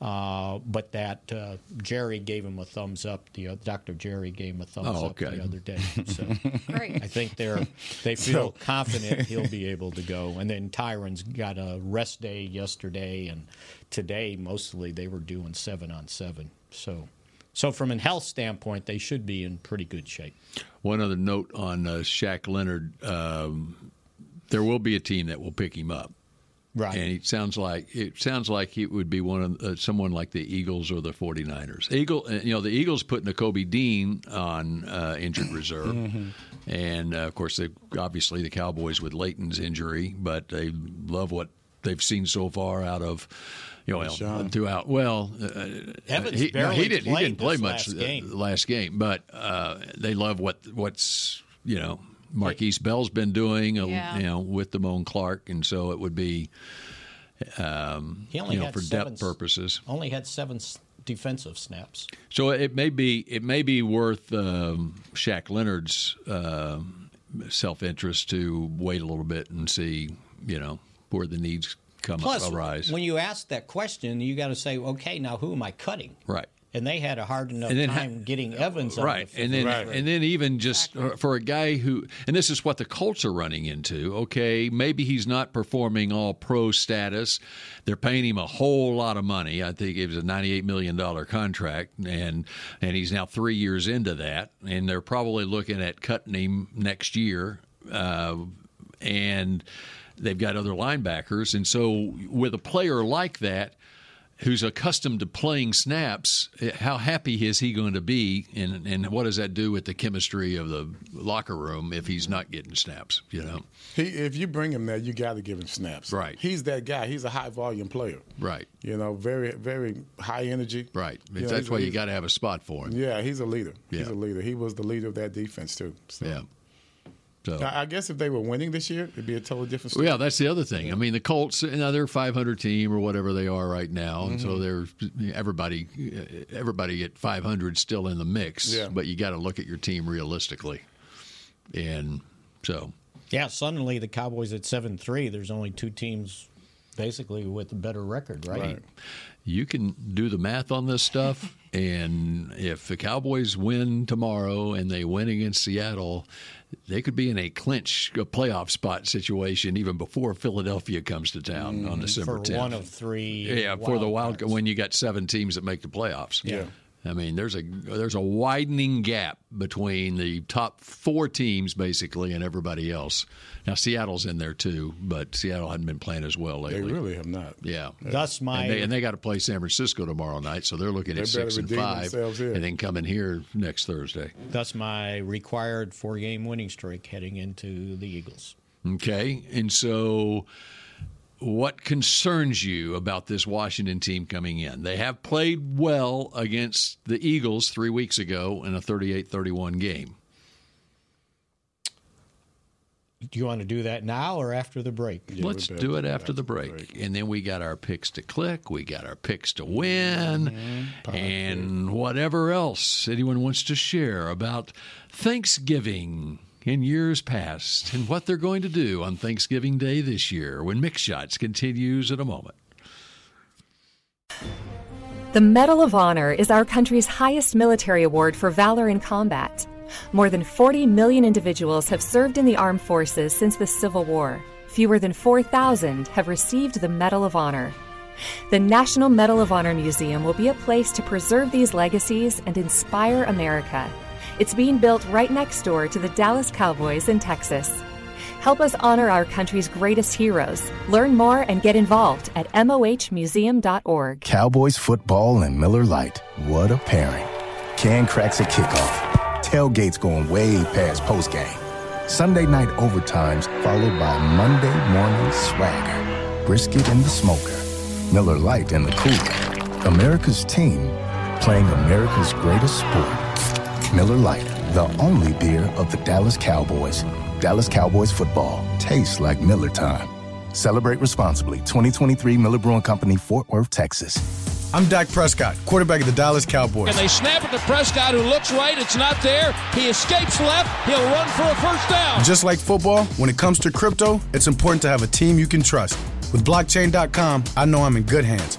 S2: Uh, but that uh, Jerry gave him a thumbs up. The uh, Dr. Jerry gave him a thumbs
S1: Oh,
S2: up
S1: okay.
S2: the other
S1: <laughs>
S2: day. So
S4: Great.
S2: I think they're they feel confident he'll be able to go. And then Tyron's got a rest day yesterday and today mostly they were doing seven on seven. So so from a health standpoint, they should be in pretty good shape.
S1: One other note on uh, Shaq Leonard: um, there will be a team that will pick him up.
S2: Right.
S1: And it sounds like it sounds like it would be one of uh, someone like the Eagles or the 49ers. Eagle, uh, you know, the Eagles put N'Kobe Dean on uh, injured reserve,
S9: Mhm.
S1: and uh, of course, they, obviously the Cowboys with Leighton's injury, but they love what they've seen so far out of. You know,
S9: Deshaun.
S1: throughout. Well, uh,
S9: Evans
S1: he, no,
S9: barely
S1: he didn't. He
S9: played
S1: didn't play
S9: this
S1: much
S9: last
S1: uh,
S9: game.
S1: last game, but uh, they love what what's you know Marquise Bell's been doing, uh,
S2: Yeah.
S1: you know, with Damone Clark, and so it would be, um,
S2: He only
S1: you know,
S2: had
S1: for
S2: seven
S1: depth
S2: s-
S1: purposes.
S2: Only had seven s- defensive snaps.
S1: So it may be it may be worth um, Shaq Leonard's um self interest to wait a little bit and see, you know, where the needs come
S2: Plus,
S1: arise.
S2: when you ask that question, you got to say, okay, now who am I cutting?
S1: right.
S2: And they had a hard enough
S1: And then ha-
S2: time getting Evans on
S1: right
S2: the
S1: and then
S2: field.
S1: and then even just uh, for a guy who and this is what the Colts are running into okay maybe he's not performing all pro status they're paying him a whole lot of money i think it was a 98 million dollar contract and and he's now 3 years into that and they're probably looking at cutting him next year uh, and they've got other linebackers and so with a player like that who's accustomed to playing snaps, eh, how happy is he going to be, and and what does that do with the chemistry of the locker room if he's not getting snaps? You know,
S3: He, if you bring him there, you got to give him snaps.
S1: Right.
S3: He's that guy. He's a high volume player.
S1: right,
S3: You know, very, very high energy.
S1: right.
S3: You know,
S1: That's
S3: he's-
S1: why you
S3: he's-
S1: got to have a spot for him.
S3: Yeah, he's a leader. He's
S1: Yeah.
S3: a leader. He was the leader of that defense too. So.
S1: Yeah. So.
S3: I, I guess if they were winning this year, it'd be a totally different
S1: Well,
S3: story.
S1: Yeah, that's the other thing. I mean, the Colts, eh, another 500 team or whatever they are right now, and so
S3: Mm-hmm.
S1: they're everybody, eh, everybody at 500 still in the mix.
S2: Yeah.
S1: But you got to look at your team realistically, and so
S2: yeah, suddenly the Cowboys at 7 3, there's only two teams basically with a better record, right?
S1: You can do the math on this
S2: <laughs>
S1: stuff, and if the Cowboys win tomorrow and they win against Seattle, they could be in a clinch, a playoff spot situation even before Philadelphia comes to town on December
S2: Mm-hmm. For
S1: 10th.
S2: one of three.
S1: yeah, for the
S2: wild
S1: wild when you got seven teams that make the playoffs.
S2: Yeah.
S1: I mean, there's a there's a widening gap between the top four teams basically and everybody else. Now Seattle's in there too, but Seattle hadn't been playing as well lately.
S3: They really have not.
S1: Yeah.
S2: Thus my-
S1: and they, and they got to play San Francisco tomorrow night, so they're looking
S2: They
S1: at
S2: better
S1: six and
S2: redeem
S1: five,
S2: themselves here.
S1: and then coming here next Thursday.
S2: That's my required four game winning streak heading into the Eagles.
S1: Okay, and so what concerns you about this Washington team coming in? They have played well against the Eagles three weeks ago in a 38-31 game.
S2: Do you want to do that now or after the break?
S1: Let's do it after the break. And then we got our picks to click. We got our picks to win. Mm-hmm. And whatever else anyone wants to share about Thanksgiving in years past and what they're going to do on Thanksgiving Day this year when Mix Shots continues in a moment.
S5: The Medal of Honor is our country's highest military award for valor in combat. More than 40 million individuals have served in the armed forces since the Civil War. Fewer than 4,000 have received the Medal of Honor. The National Medal of Honor Museum will be a place to preserve these legacies and inspire America. It's being built right next door to the Dallas Cowboys in Texas. Help us honor our country's greatest heroes. Learn more and get involved at mohmuseum.org.
S6: Cowboys football and Miller Lite. What a pairing. Can cracks at kickoff. Tailgates going way past postgame. Sunday night overtimes followed by Monday morning swagger. Brisket in the smoker. Miller Lite in the cooler. America's team playing America's greatest sport. Miller Lite, the only beer of the Dallas Cowboys. Dallas Cowboys football tastes like Miller time. Celebrate responsibly. 2023 Miller Brewing Company, Fort Worth, Texas.
S10: I'm Dak Prescott, quarterback of the Dallas Cowboys.
S11: And they snap it to Prescott, who looks right. It's not there. He escapes left. He'll run for a first down.
S10: Just like football, when it comes to crypto, it's important to have a team you can trust. With blockchain.com, I know I'm in good hands.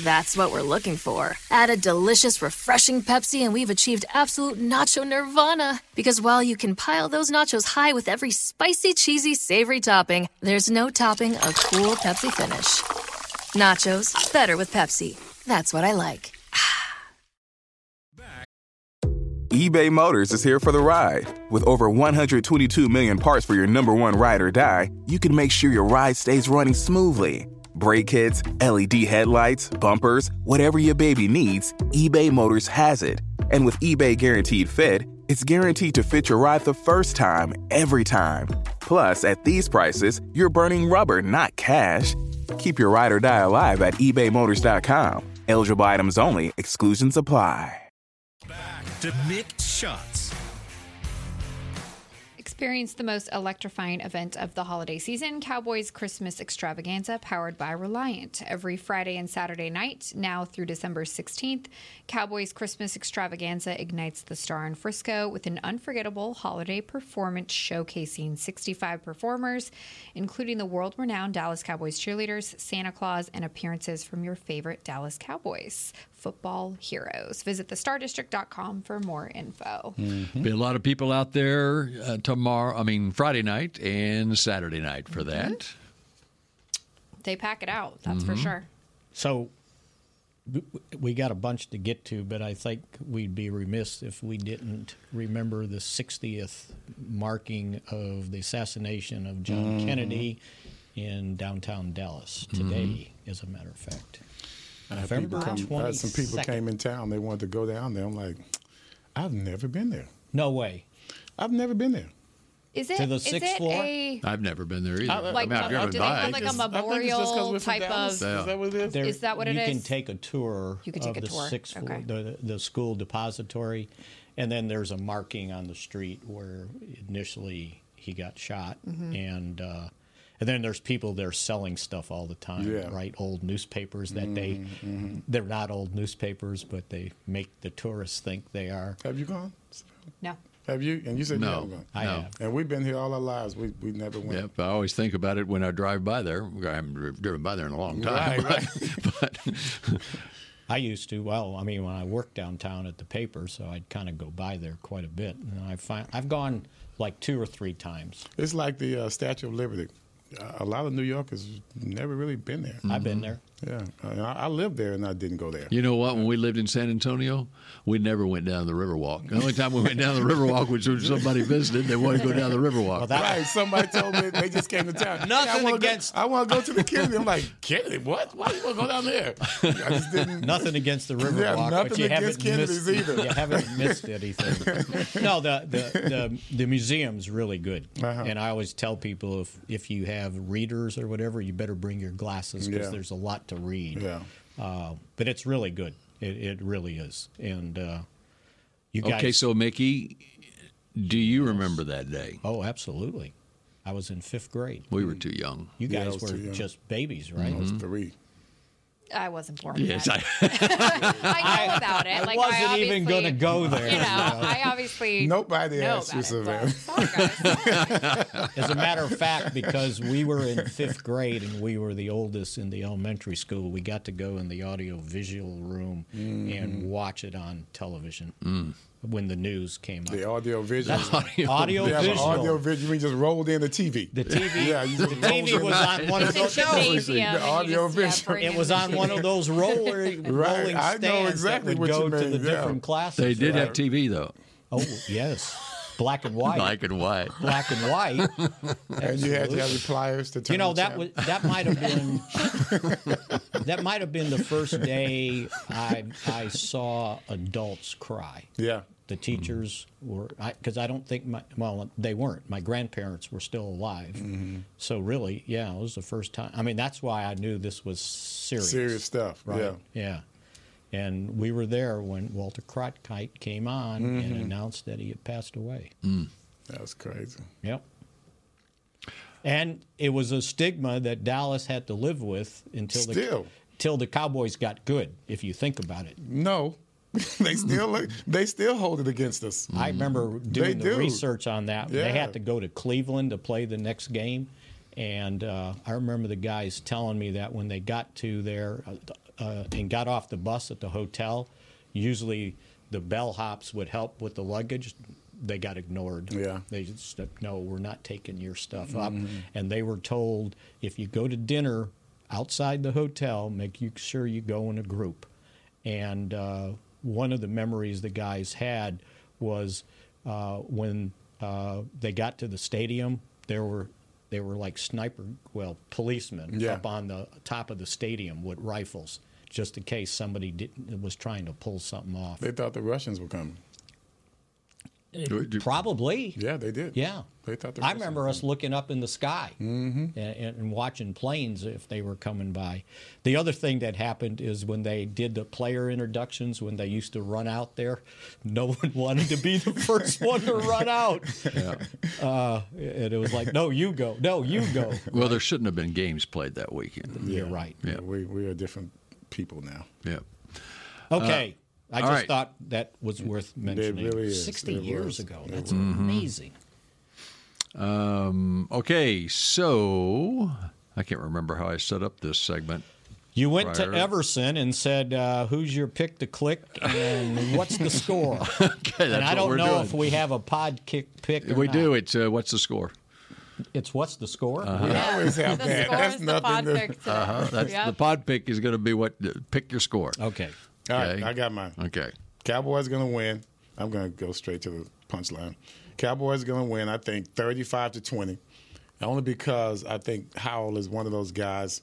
S12: That's what we're looking for. Add a delicious, refreshing Pepsi, and we've achieved absolute nacho nirvana. Because while you can pile those nachos high with every spicy, cheesy, savory topping, there's no topping a cool Pepsi finish. Nachos, better with Pepsi. That's what I like.
S9: eBay Motors is here for the ride. With over 122 million parts for your number one ride or die, you can make sure your ride stays running smoothly. Brake kits, LED headlights, bumpers, whatever your baby needs, eBay Motors has it. And with eBay Guaranteed Fit, it's guaranteed to fit your ride the first time, every time. Plus, at these prices, you're burning rubber, not cash. Keep your ride or die alive at ebaymotors.com. Eligible items only, exclusions apply.
S8: to mixed shots.
S4: Experience the most electrifying event of the holiday season Cowboys Christmas Extravaganza, powered by Reliant. Every Friday and Saturday night, now through December 16th, Cowboys Christmas Extravaganza ignites the star in Frisco with an unforgettable holiday performance showcasing 65 performers, including the world renowned Dallas Cowboys cheerleaders, Santa Claus, and appearances from your favorite Dallas Cowboys football heroes. Visit thestardistrict.com for more info.
S1: Be a lot of people out there uh, tomorrow. I mean, Friday night and Saturday night for
S2: Mm-hmm.
S1: that. Mm-hmm.
S4: They pack it out, that's for
S2: Mhm.
S4: sure.
S2: So w- w- we got a bunch to get to, but I think we'd be remiss if we didn't remember the 60th marking of the assassination of John
S3: Mhm.
S1: Mm-hmm.
S2: Kennedy in downtown Dallas today, as a matter of fact.
S3: I had,
S2: November
S3: people come, I had some people
S2: 22nd.
S3: came in town. They wanted to go down there. I'm like, I've never been there.
S2: No way.
S3: I've never been there.
S4: Is it
S3: To the
S4: is
S3: sixth
S4: it
S3: floor?
S4: a
S1: I've never been there either.
S4: Uh, like,
S1: I mean, I've
S4: uh,
S1: driven
S4: do they
S1: by.
S4: have, like, a
S3: I think it's just 'cause we're from
S4: type of-
S3: Dallas.
S1: Yeah.
S3: Is that what it is?
S2: There-
S4: Is that what it
S2: you
S4: is?
S2: can take a tour
S4: You can take
S2: of
S4: a
S2: the
S4: tour,
S2: sixth floor,
S4: okay.
S2: the, the school depository, and then there's a marking on the street where initially he got shot,
S4: Mm-hmm.
S13: Mhm.
S2: and uh, and then there's people there selling stuff all the time,
S13: Yeah.
S2: right? Old newspapers that they
S3: Mhm.
S2: they're not old newspapers, but they make the tourists think they are.
S3: Have you gone?
S4: No.
S3: Have you? And you said
S1: No,
S3: you haven't gone.
S1: I No. have.
S3: And we've been here all our lives. We we never went.
S1: Yep, I always think about it when I drive by there. I haven't dri- driven by there in a long time.
S2: Right,
S1: <laughs> but
S2: <laughs> I used to. Well, I mean, when I worked downtown at the paper, so I'd kind of go by there quite a bit, and I find I've gone like two or three times.
S3: It's like the uh, Statue of Liberty. A- A lot of New Yorkers never really been there. Mm-hmm.
S2: I've been there.
S3: Yeah, I, I lived there and I didn't go there.
S1: you know what? When we lived in San Antonio, we never went down the Riverwalk. The only time we went down the Riverwalk was when somebody visited. They wanted to go down the Riverwalk.
S3: right.
S2: <laughs>
S3: Somebody told me they just came to town. Nothing against. I want to go to the Kennedy. I'm like Kennedy. What? Why you want to go down there?
S2: <laughs> nothing against the
S3: <laughs>
S2: Riverwalk,
S3: Yeah,
S2: but
S3: nothing
S2: you haven't
S3: against Kennedy's
S2: missed,
S3: either.
S2: You
S3: <laughs>
S2: haven't missed anything. no, the the, the, the museum's really good,
S3: Uh-huh.
S2: and I always tell people if if you have readers or whatever, you better bring your glasses because
S3: Yeah.
S2: there's a lot to read.
S3: Yeah.
S2: Uh, but it's really good. It, it really is, and uh, you guys.
S1: okay, so Mickey, do you remember that day?
S2: Oh, absolutely. I was in fifth grade.
S1: We were too young.
S2: you guys were just babies, right?
S1: I was Mhm.
S3: three.
S4: I wasn't born.
S1: Yes,
S4: yet.
S1: I-
S4: <laughs> I know about it.
S2: I
S4: like,
S2: wasn't
S4: I
S2: even gonna
S4: obviously-
S2: go there,
S4: You know,
S2: so.
S4: I
S2: <laughs>
S4: obviously
S3: Nobody
S4: know
S3: asked you,
S4: about it.
S3: Savannah.
S2: As a matter of fact, because we were in fifth grade and we were the oldest in the elementary school, we got to go in the audio visual room and
S3: Mm-hmm.
S2: watch it on television when the news came up.
S3: Mm. The audio visual.
S2: <laughs> Audio,
S3: <laughs>
S2: visual.
S3: Audio visual. We just rolled in the TV. The <laughs>
S2: TV
S3: Yeah, you
S2: the
S3: just rolled
S2: TV
S3: in
S2: was on one of
S3: the
S2: those.
S3: The audio visual.
S2: It was on one of those roller,
S3: <laughs>
S2: rolling
S3: I
S2: stands
S3: know
S2: that
S3: exactly
S2: would
S3: what
S2: go
S3: you
S2: to
S3: mean.
S2: the
S3: yeah.
S2: different classes.
S1: They did
S2: right?
S1: have TV though.
S2: Oh yes, black and white.
S1: Black and white.
S2: Black and
S1: <laughs>
S2: white.
S3: <laughs> And you had to have your pliers to turn.
S2: you know
S3: the
S2: that
S3: channel.
S2: was that might have been
S3: <laughs>
S2: that might have been the first day I I saw adults cry.
S3: Yeah.
S2: The teachers were because I, don't think my well they weren't. My grandparents were still alive,
S3: Mm-hmm.
S2: so really, yeah, it was the first time. I mean, that's why I knew this was serious.
S3: Serious stuff, yeah.
S2: Yeah. And we were there when Walter Cronkite came on and
S3: Mhm.
S2: announced that he had passed away.
S3: That was crazy.
S2: Yep. And it was a stigma that Dallas had to live with until
S3: Still.
S2: the till the Cowboys got good. If you think about it,
S3: No, <laughs> they still they still hold it against us.
S2: I remember
S3: They
S2: doing the
S3: do.
S2: research on that. They
S3: Yeah.
S2: had to go to Cleveland to play the next game, and uh, I remember the guys telling me that when they got to there, uh, uh, and got off the bus at the hotel, usually the bellhops would help with the luggage. They got ignored. Yeah. They just said, no, we're not taking your stuff up.
S3: Mhm.
S2: Mm-hmm. And they were told if you go to dinner outside the hotel, make you sure you go in a group. And uh, one of the memories the guys had was uh, when uh, they got to the stadium, there were they were like sniper, well, policemen
S3: Yeah.
S2: up on the top of the stadium with rifles, just in case somebody didn't, was trying to pull something off.
S3: They thought the Russians were coming.
S2: Probably.
S3: Yeah, they did.
S2: Yeah.
S3: They thought the
S2: I
S3: Russians
S2: remember us looking up in the sky
S1: Mm-hmm.
S2: and, and watching planes if they were coming by. The other thing that happened is when they did the player introductions, when they used to run out there, no <laughs> one wanted to be the first one to run out. Uh, and it was like, no, you go. No, you go.
S1: Well, there shouldn't have been games played that weekend.
S2: You're right.
S1: Yeah.
S3: We, we are different people now.
S1: Yeah.
S2: Okay.
S1: Uh, all
S2: I just
S1: right.
S2: thought that was worth mentioning.
S3: really is.
S2: 60
S3: It
S2: years
S3: was.
S2: ago.
S3: It
S2: That's
S3: was.
S1: Mm-hmm.
S3: Mhm.
S2: amazing.
S1: Um, okay, so I can't remember how I set up this segment.
S2: You went
S1: prior.
S2: to Everson and said, uh, "Who's your pick to click and what's the score?"
S1: that's
S2: and I
S1: what
S2: don't
S1: we're
S2: know
S1: doing.
S2: if we have a pod kick pick. Or
S1: We
S2: not.
S1: do. It's uh, what's the score?
S2: It's what's the score?
S1: Uh-huh.
S3: We always have
S2: The
S3: that.
S2: score
S3: That's
S2: is the
S3: nothing.
S2: pod
S3: new.
S2: pick today. Uh-huh.
S1: That's the
S3: Yep.
S1: pod pick is going to be what pick your score.
S2: Okay.
S3: All right, I got mine.
S1: Okay.
S3: Cowboys going to win. I'm going to go straight to the punchline. Cowboys going to win, I think, 35 to 20. Only because I think Howell is one of those guys.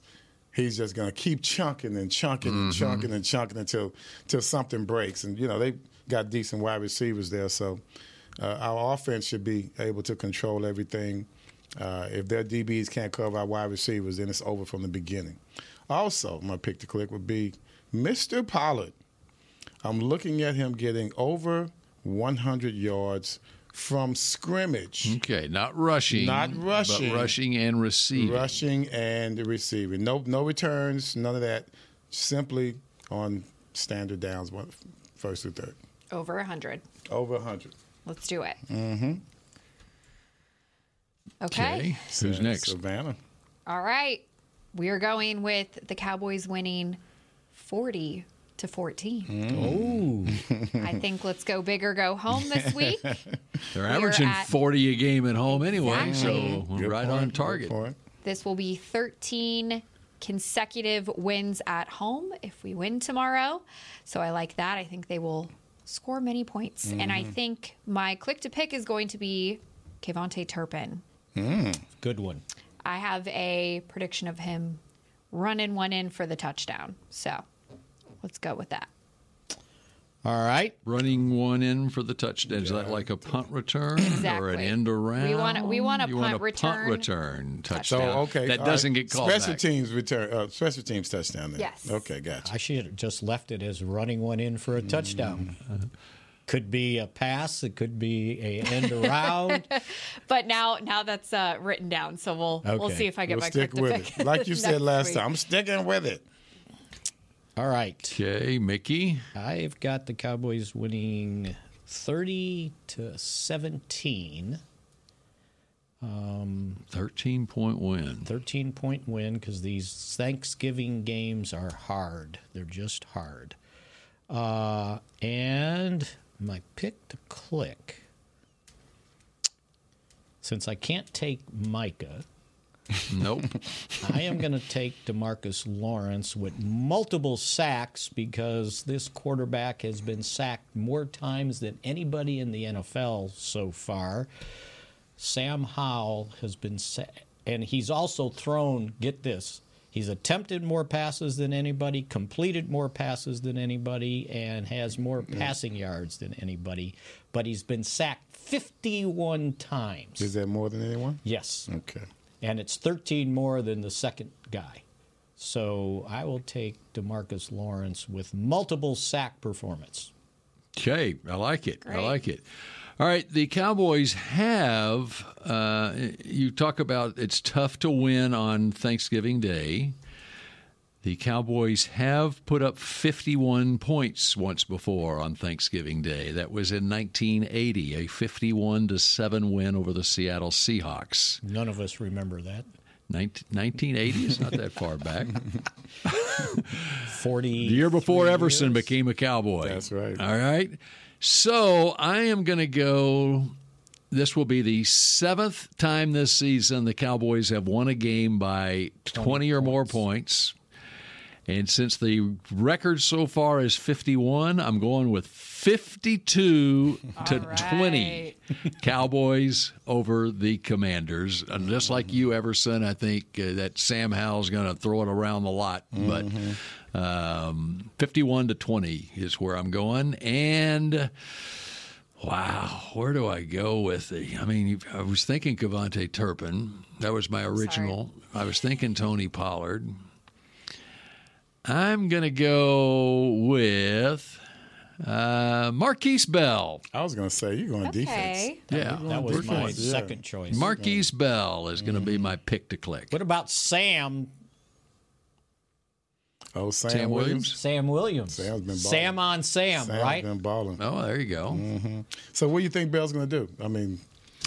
S3: He's just going to keep chunking and chunking and
S13: Mhm.
S3: chunking and chunking until, until something breaks. And, you know, they got decent wide receivers there. So uh, our offense should be able to control everything. Uh, if their DBs can't cover our wide receivers, then it's over from the beginning. Also, my pick to click would be Mr. Pollard. I'm looking at him getting over 100 yards from scrimmage.
S1: Okay, not rushing.
S3: Not rushing.
S1: But rushing and receiving.
S3: Rushing and receiving. No, no returns, none of that. Simply on standard downs, one, first through third.
S4: Over 100.
S3: Over 100.
S4: Let's do it.
S3: Mm-hmm.
S4: Okay.
S1: Who's next?
S3: Savannah.
S4: All right. We are going with the Cowboys winning 40 to 14.
S2: Mm.
S1: Oh.
S3: <laughs>
S4: I think let's go big or go home
S1: <laughs>
S4: this week.
S1: They're
S4: We're
S1: averaging
S4: at-
S1: 40 a game at home anyway, so
S4: Exactly.
S1: we're right on target.
S4: This will be 13 consecutive wins at home if we win tomorrow. So I like that. I think they will score many points. And I
S2: Mhm.
S4: think my click to pick is going to be Kevonte Turpin.
S2: Good one.
S4: I have a prediction of him running one in for the touchdown. So let's go with that.
S2: All right.
S1: Running one in for the touchdown. Is that like a punt return or an
S4: Exactly.
S1: end around?
S4: We want- we want a
S1: You want
S4: punt
S1: punt
S4: return
S1: return
S3: So,
S1: touchdown.
S3: okay.
S1: That
S3: all right.
S1: doesn't get called
S3: Special
S1: back.
S3: teams return. Uh, special teams touchdown then.
S4: Yes.
S3: Okay, gotcha.
S2: I should have just left it as running one in for a touchdown. Could be a pass. It could be a end around.
S4: <laughs> but now now that's uh, written down, so we'll we'll
S2: Okay.
S4: see if I get
S2: We'll
S4: my
S2: stick
S4: click to
S2: with
S4: pick
S2: it.
S4: <laughs>
S2: Like you said
S4: next
S2: last
S4: week.
S2: time.
S3: I'm sticking with it.
S2: All right.
S1: Okay, Mickey.
S2: I've got the Cowboys winning 30 to 17. Um,
S1: 13 point win.
S2: 13 point win because these Thanksgiving games are hard. They're just hard. Uh, and my pick to click. Since I can't take Micah,
S1: Nope.
S2: I am going to take Demarcus Lawrence with multiple sacks because this quarterback has been sacked more times than anybody in the NFL so far. Sam Howell has been sacked, and he's also thrown, get this, he's attempted more passes than anybody, completed more passes than anybody, and has more
S3: Mm.
S2: passing yards than anybody, but he's been sacked 51 times.
S3: Is that more than anyone?
S2: Yes.
S3: Okay.
S2: And it's 13 more than the second guy. So I will take Demarcus Lawrence with multiple sack performance.
S1: Okay, I like it. I like it. All right, the Cowboys have. Uh, you talk about it's tough to win on Thanksgiving Day. The Cowboys have put up 51 points once before on Thanksgiving Day. That was in 1980, a 51 to 7 win over the Seattle Seahawks.
S2: None of us remember that.
S1: 19, 1980 is not that far <laughs> back.
S2: 40. The
S1: year before Everson became a cowboy. That's right. All right. So I am going to go. This will be the seventh time this season the Cowboys have won a game by 20, or more points. And since the record so far is 51, I'm going with 52 to 20 <laughs> Cowboys over the Commanders. And just like you, Everson, I think uh, that Sam Howell's going to throw it around the lot. But um, 51 to 20 is where I'm going. And. Wow, where do I go with the? I mean, I was thinking Cavante Turpin. That was my original. I was thinking Tony Pollard. I'm going to go with uh, Marquise Bell.
S3: I was going to say you're going defense.
S1: Yeah,
S2: That was my
S3: Yeah.
S2: second choice.
S1: Marquise Bell is going to
S3: Mm-hmm.
S1: be my pick to click.
S2: What about Sam?
S3: Oh, Sam,
S1: Sam Williams?
S2: Sam Williams.
S3: Sam's been balling.
S2: Sam on Sam,
S3: Sam's
S2: right?
S3: been balling. Mm-hmm.
S1: Oh, there you go.
S3: So what do you think Bell's going to do? I mean,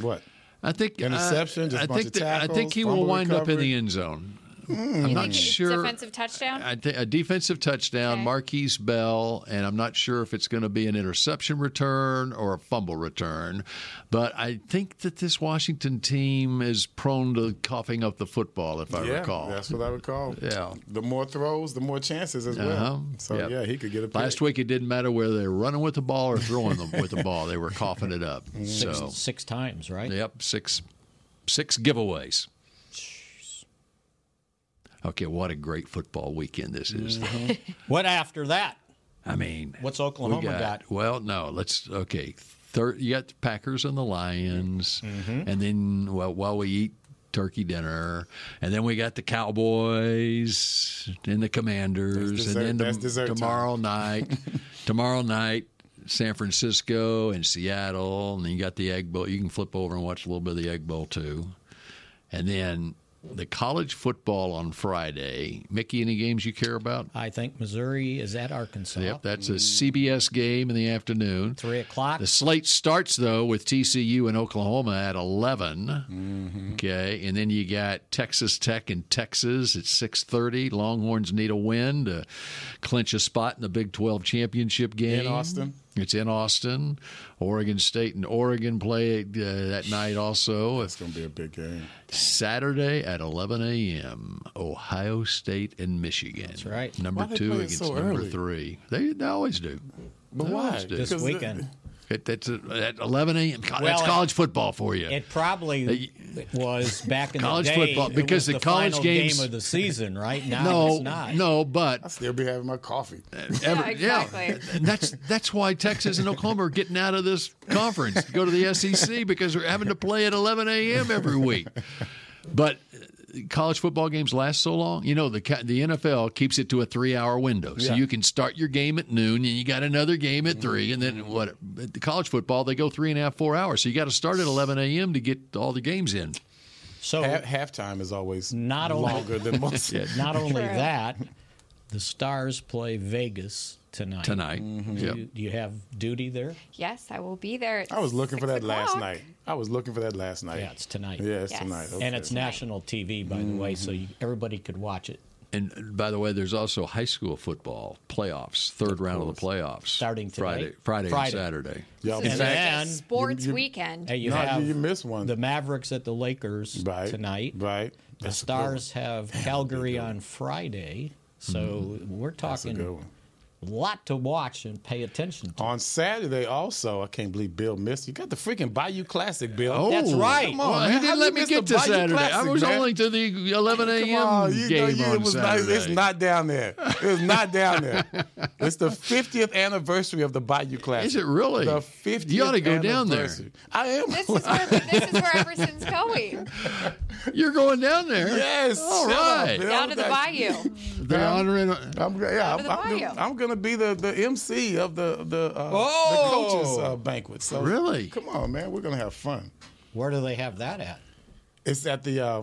S3: what?
S1: I think uh,
S3: Interception, just
S1: I
S3: a bunch
S1: think
S3: of
S1: that- I think
S3: tackles,
S1: he will
S3: fumble
S1: wind up in
S3: recovery.
S1: the end zone. I'm not sure.
S4: Defensive touchdown.
S1: I thi- a defensive touchdown,
S4: Okay.
S1: Marquise Bell, and I'm not sure if it's going to be an interception return or a fumble return, but I think that this Washington team is prone to coughing up the football, if I
S3: yeah,
S1: recall.
S3: that's what I recall.
S1: Yeah.
S3: The more throws, the more chances as
S1: Uh-huh.
S3: well. So
S1: Yep.
S3: yeah, he could get a pick.
S1: Last week, it didn't matter whether they were running with the ball or throwing them
S3: <laughs>
S1: with the ball; they were coughing it up.
S3: Mm-hmm.
S2: Six,
S1: So,
S2: six times, right?
S1: yep, six, six giveaways. Okay, what a great football weekend this is!
S3: Mm-hmm.
S2: Uh-huh. What after that?
S1: I mean,
S2: What's Oklahoma
S1: we
S2: got?
S1: Well, no, let's okay. Thir- you got the Packers and the Lions,
S2: Mm-hmm.
S1: and then well, while we eat turkey dinner, and then we got the Cowboys and the Commanders,
S3: That's dessert-
S1: and then
S3: that's dessert time. <laughs>
S1: tomorrow night, tomorrow night. San Francisco and Seattle, and then you got the Egg Bowl. You can flip over and watch a little bit of the Egg Bowl too, and then the college football on Friday. Mickey, any games you care about?
S2: I think Missouri is at Arkansas.
S1: Yep, that's a CBS game in the afternoon.
S2: Three o'clock.
S1: The slate starts though with TCU and Oklahoma at 11
S3: Mm-hmm.
S1: Okay, and then you got Texas Tech and Texas at six thirty. Longhorns need a win to clinch a spot in the Big Twelve championship game
S3: In Austin.
S1: It's in Austin. Oregon State and Oregon play uh, that night also.
S3: It's going to be a big game.
S1: Saturday at 11 a.m. Ohio State and Michigan. That's
S2: right.
S1: Number
S3: Why they
S1: two
S3: play it
S1: against
S3: so
S1: number
S3: early?
S1: three. They, they always do.
S3: But
S1: They
S3: why?
S1: always do.
S2: this
S3: Because the-
S2: weekend.
S1: It, that's a, at 11 a.m. Co-
S2: Well,
S1: that's
S2: it-
S1: college football for you.
S2: It probably was back in
S1: College
S2: the day,
S1: football,
S2: it
S1: because
S2: was
S1: the
S2: the
S1: college
S2: final
S1: games-
S2: game of the season, right? Now
S1: no,
S2: it's not.
S1: no,
S3: I
S1: but
S3: still be having my
S1: <laughs>
S3: coffee.
S1: ever,
S4: Yeah, exactly.
S1: and <laughs> that's that's why Texas and Oklahoma are getting out of this conference to go to the SEC because they're having to play at 11 a.m. every week. But uh, college football games last so long. You know the ca- the NFL keeps it to a three hour window, so
S3: Yeah.
S1: you can start your game at noon, and you got another game at three, and then what? but The college football they go three and a half four hours, so you got to start at 11 a.m. to get all the games in.
S2: So
S3: Ha- <laughs> halftime is always
S2: Not only-
S3: longer
S1: <laughs>
S3: than most.
S2: <laughs> not only that, the Stars play Vegas tonight. Mm-hmm.
S1: tonight. Yep.
S2: Do you have duty there?
S4: Yes, I will be there. at
S3: I was looking for
S4: six
S3: that last
S4: o'clock.
S3: night. I was looking for that last night.
S2: Yeah, it's tonight.
S3: Yeah, it's
S4: Yes.
S3: tonight.
S4: And
S2: And
S3: Okay. Mm-hmm.
S2: it's national TV, by the way, so you, everybody could watch it
S1: And uh, by the way, there's also high school football playoffs, third round of the playoffs,
S2: starting today.
S1: Friday, Friday,
S2: Friday.
S1: and Saturday.
S3: Y'all
S4: This
S3: be
S4: is
S2: And
S4: like
S3: back.
S4: a
S2: then-
S4: sports
S3: You- you-
S4: weekend.
S2: Hey, you
S3: No,
S2: have
S3: you missed one.
S2: the Mavericks at the Lakers
S3: Right.
S2: tonight.
S3: Right.
S2: The Stars have Calgary on Friday, so we're
S3: Mm-hmm. That's a
S2: talking
S3: good one.
S2: lot to watch and pay attention to.
S3: On Saturday, also, I can't believe Bill missed. You got the freaking Bayou Classic, Bill. Oh,
S2: That's right.
S3: Come on,
S1: well,
S3: man.
S1: he
S3: How
S1: didn't
S3: you
S1: let me
S3: miss the
S1: get to
S3: Bayou
S1: Saturday.
S3: Classic,
S1: I was
S3: man?
S1: only
S3: <laughs>
S1: to the 11
S3: Come
S1: a.m.
S3: on, you know,
S1: game
S3: you-
S1: on
S3: it was not,
S1: Saturday.
S3: It's not down there. It's not down
S1: <laughs>
S3: there. it's the 50th anniversary of the Bayou Classic.
S1: Is it really?
S3: The 50th.
S1: You oughta go down there.
S3: anniversary. I am.
S4: <laughs> This is where this is where Everson's going.
S1: You're going down there.
S3: Yes.
S1: All
S3: Shut up,
S1: right.
S3: Bill.
S4: Down to the
S3: That's-
S4: bayou.
S1: They're honoring.
S3: I'm, yeah,
S4: Down
S3: I'm,
S4: to the
S3: I'm,
S4: bayou.
S3: I'm going to be the, the MC of the the, uh,
S2: Oh.
S3: the coaches uh, banquet. So
S1: Really?
S3: come on, man, we're going to have fun.
S2: Where do they have that at?
S3: It's at the uh,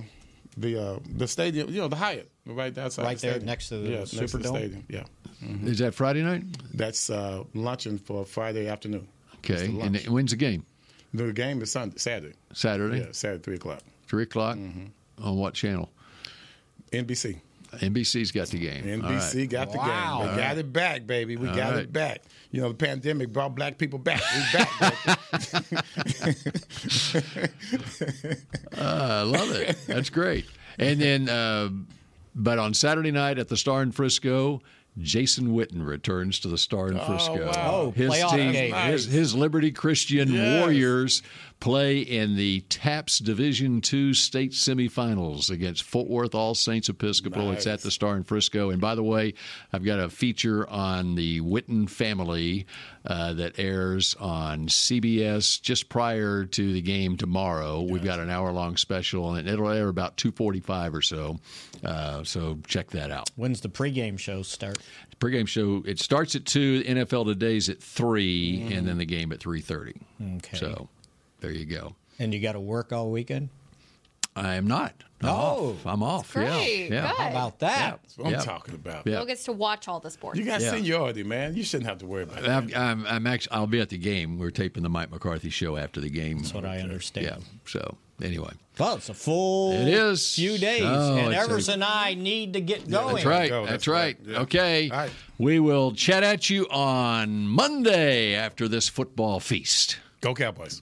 S3: the uh, the stadium, you know, the Hyatt, right outside.
S2: Right
S3: the
S2: there
S3: stadium.
S2: next to the
S3: yeah, next to the
S2: Superdome?
S3: stadium. Yeah,
S1: Mm-hmm. Is that Friday night?
S3: that's uh, luncheon for Friday afternoon.
S1: Okay.
S3: the
S1: And
S3: lunch.
S1: when's the game?
S3: The game is Sunday, Saturday.
S1: Saturday,
S3: Yeah, Saturday, three o'clock.
S1: three o'clock. On what channel?
S3: NBC.
S1: NBC's got the game.
S3: NBC got the game. We got it back, baby. We
S1: All
S3: got
S1: right.
S3: it back. You know, the pandemic brought black people back. We back.
S1: <laughs>
S3: baby. <laughs>
S1: Uh, I love it. That's great. And then, uh, but on Saturday night at the Star in Frisco, Jason Witten returns to the Star in Frisco.
S2: wow. Oh,
S1: his
S2: playoff
S1: team,
S2: game.
S1: his, his Liberty Christian
S2: Yes.
S1: Warriors play in the TAPS Division Two state semifinals against Fort Worth All Saints Episcopal. It's at the Star in Frisco. And by the way, I've got a feature on the Witten family uh, that airs on CBS just prior to the game tomorrow. We've got an hour-long special, and it'll air about 2:45 or so. Uh, so check that out.
S2: When's the pregame show start?
S1: The pregame show it starts at two. NFL today's at three, and then the game at 3:30.
S2: Mm. Okay.
S1: So there you go.
S2: And you got to work all weekend?
S1: I'm not. I'm
S2: Oh.
S1: off. I'm off.
S4: great.
S1: Yeah. yeah.
S4: Good. How
S2: about that?
S3: That's what I'm
S1: Yeah.
S3: talking about.
S1: Yeah.
S4: Bill gets to watch all the sports.
S3: You got
S1: Yeah.
S3: seniority, man. You shouldn't have to worry about it.
S1: I'm, I'm, I'm actually. I'll be at the game. We're taping the Mike McCarthy show after the game. That's
S2: what I understand.
S1: Yeah. So anyway,
S2: Well, it's a full
S1: It is.
S2: few days,
S1: Oh,
S2: and
S1: it's a-
S2: Evers and I need to get going.
S1: that's right.
S3: go.
S1: That's,
S3: That's
S1: right.
S3: right. Yeah.
S1: Okay.
S3: All right.
S1: We will chat at you on Monday after this football feast.
S3: Go Cowboys.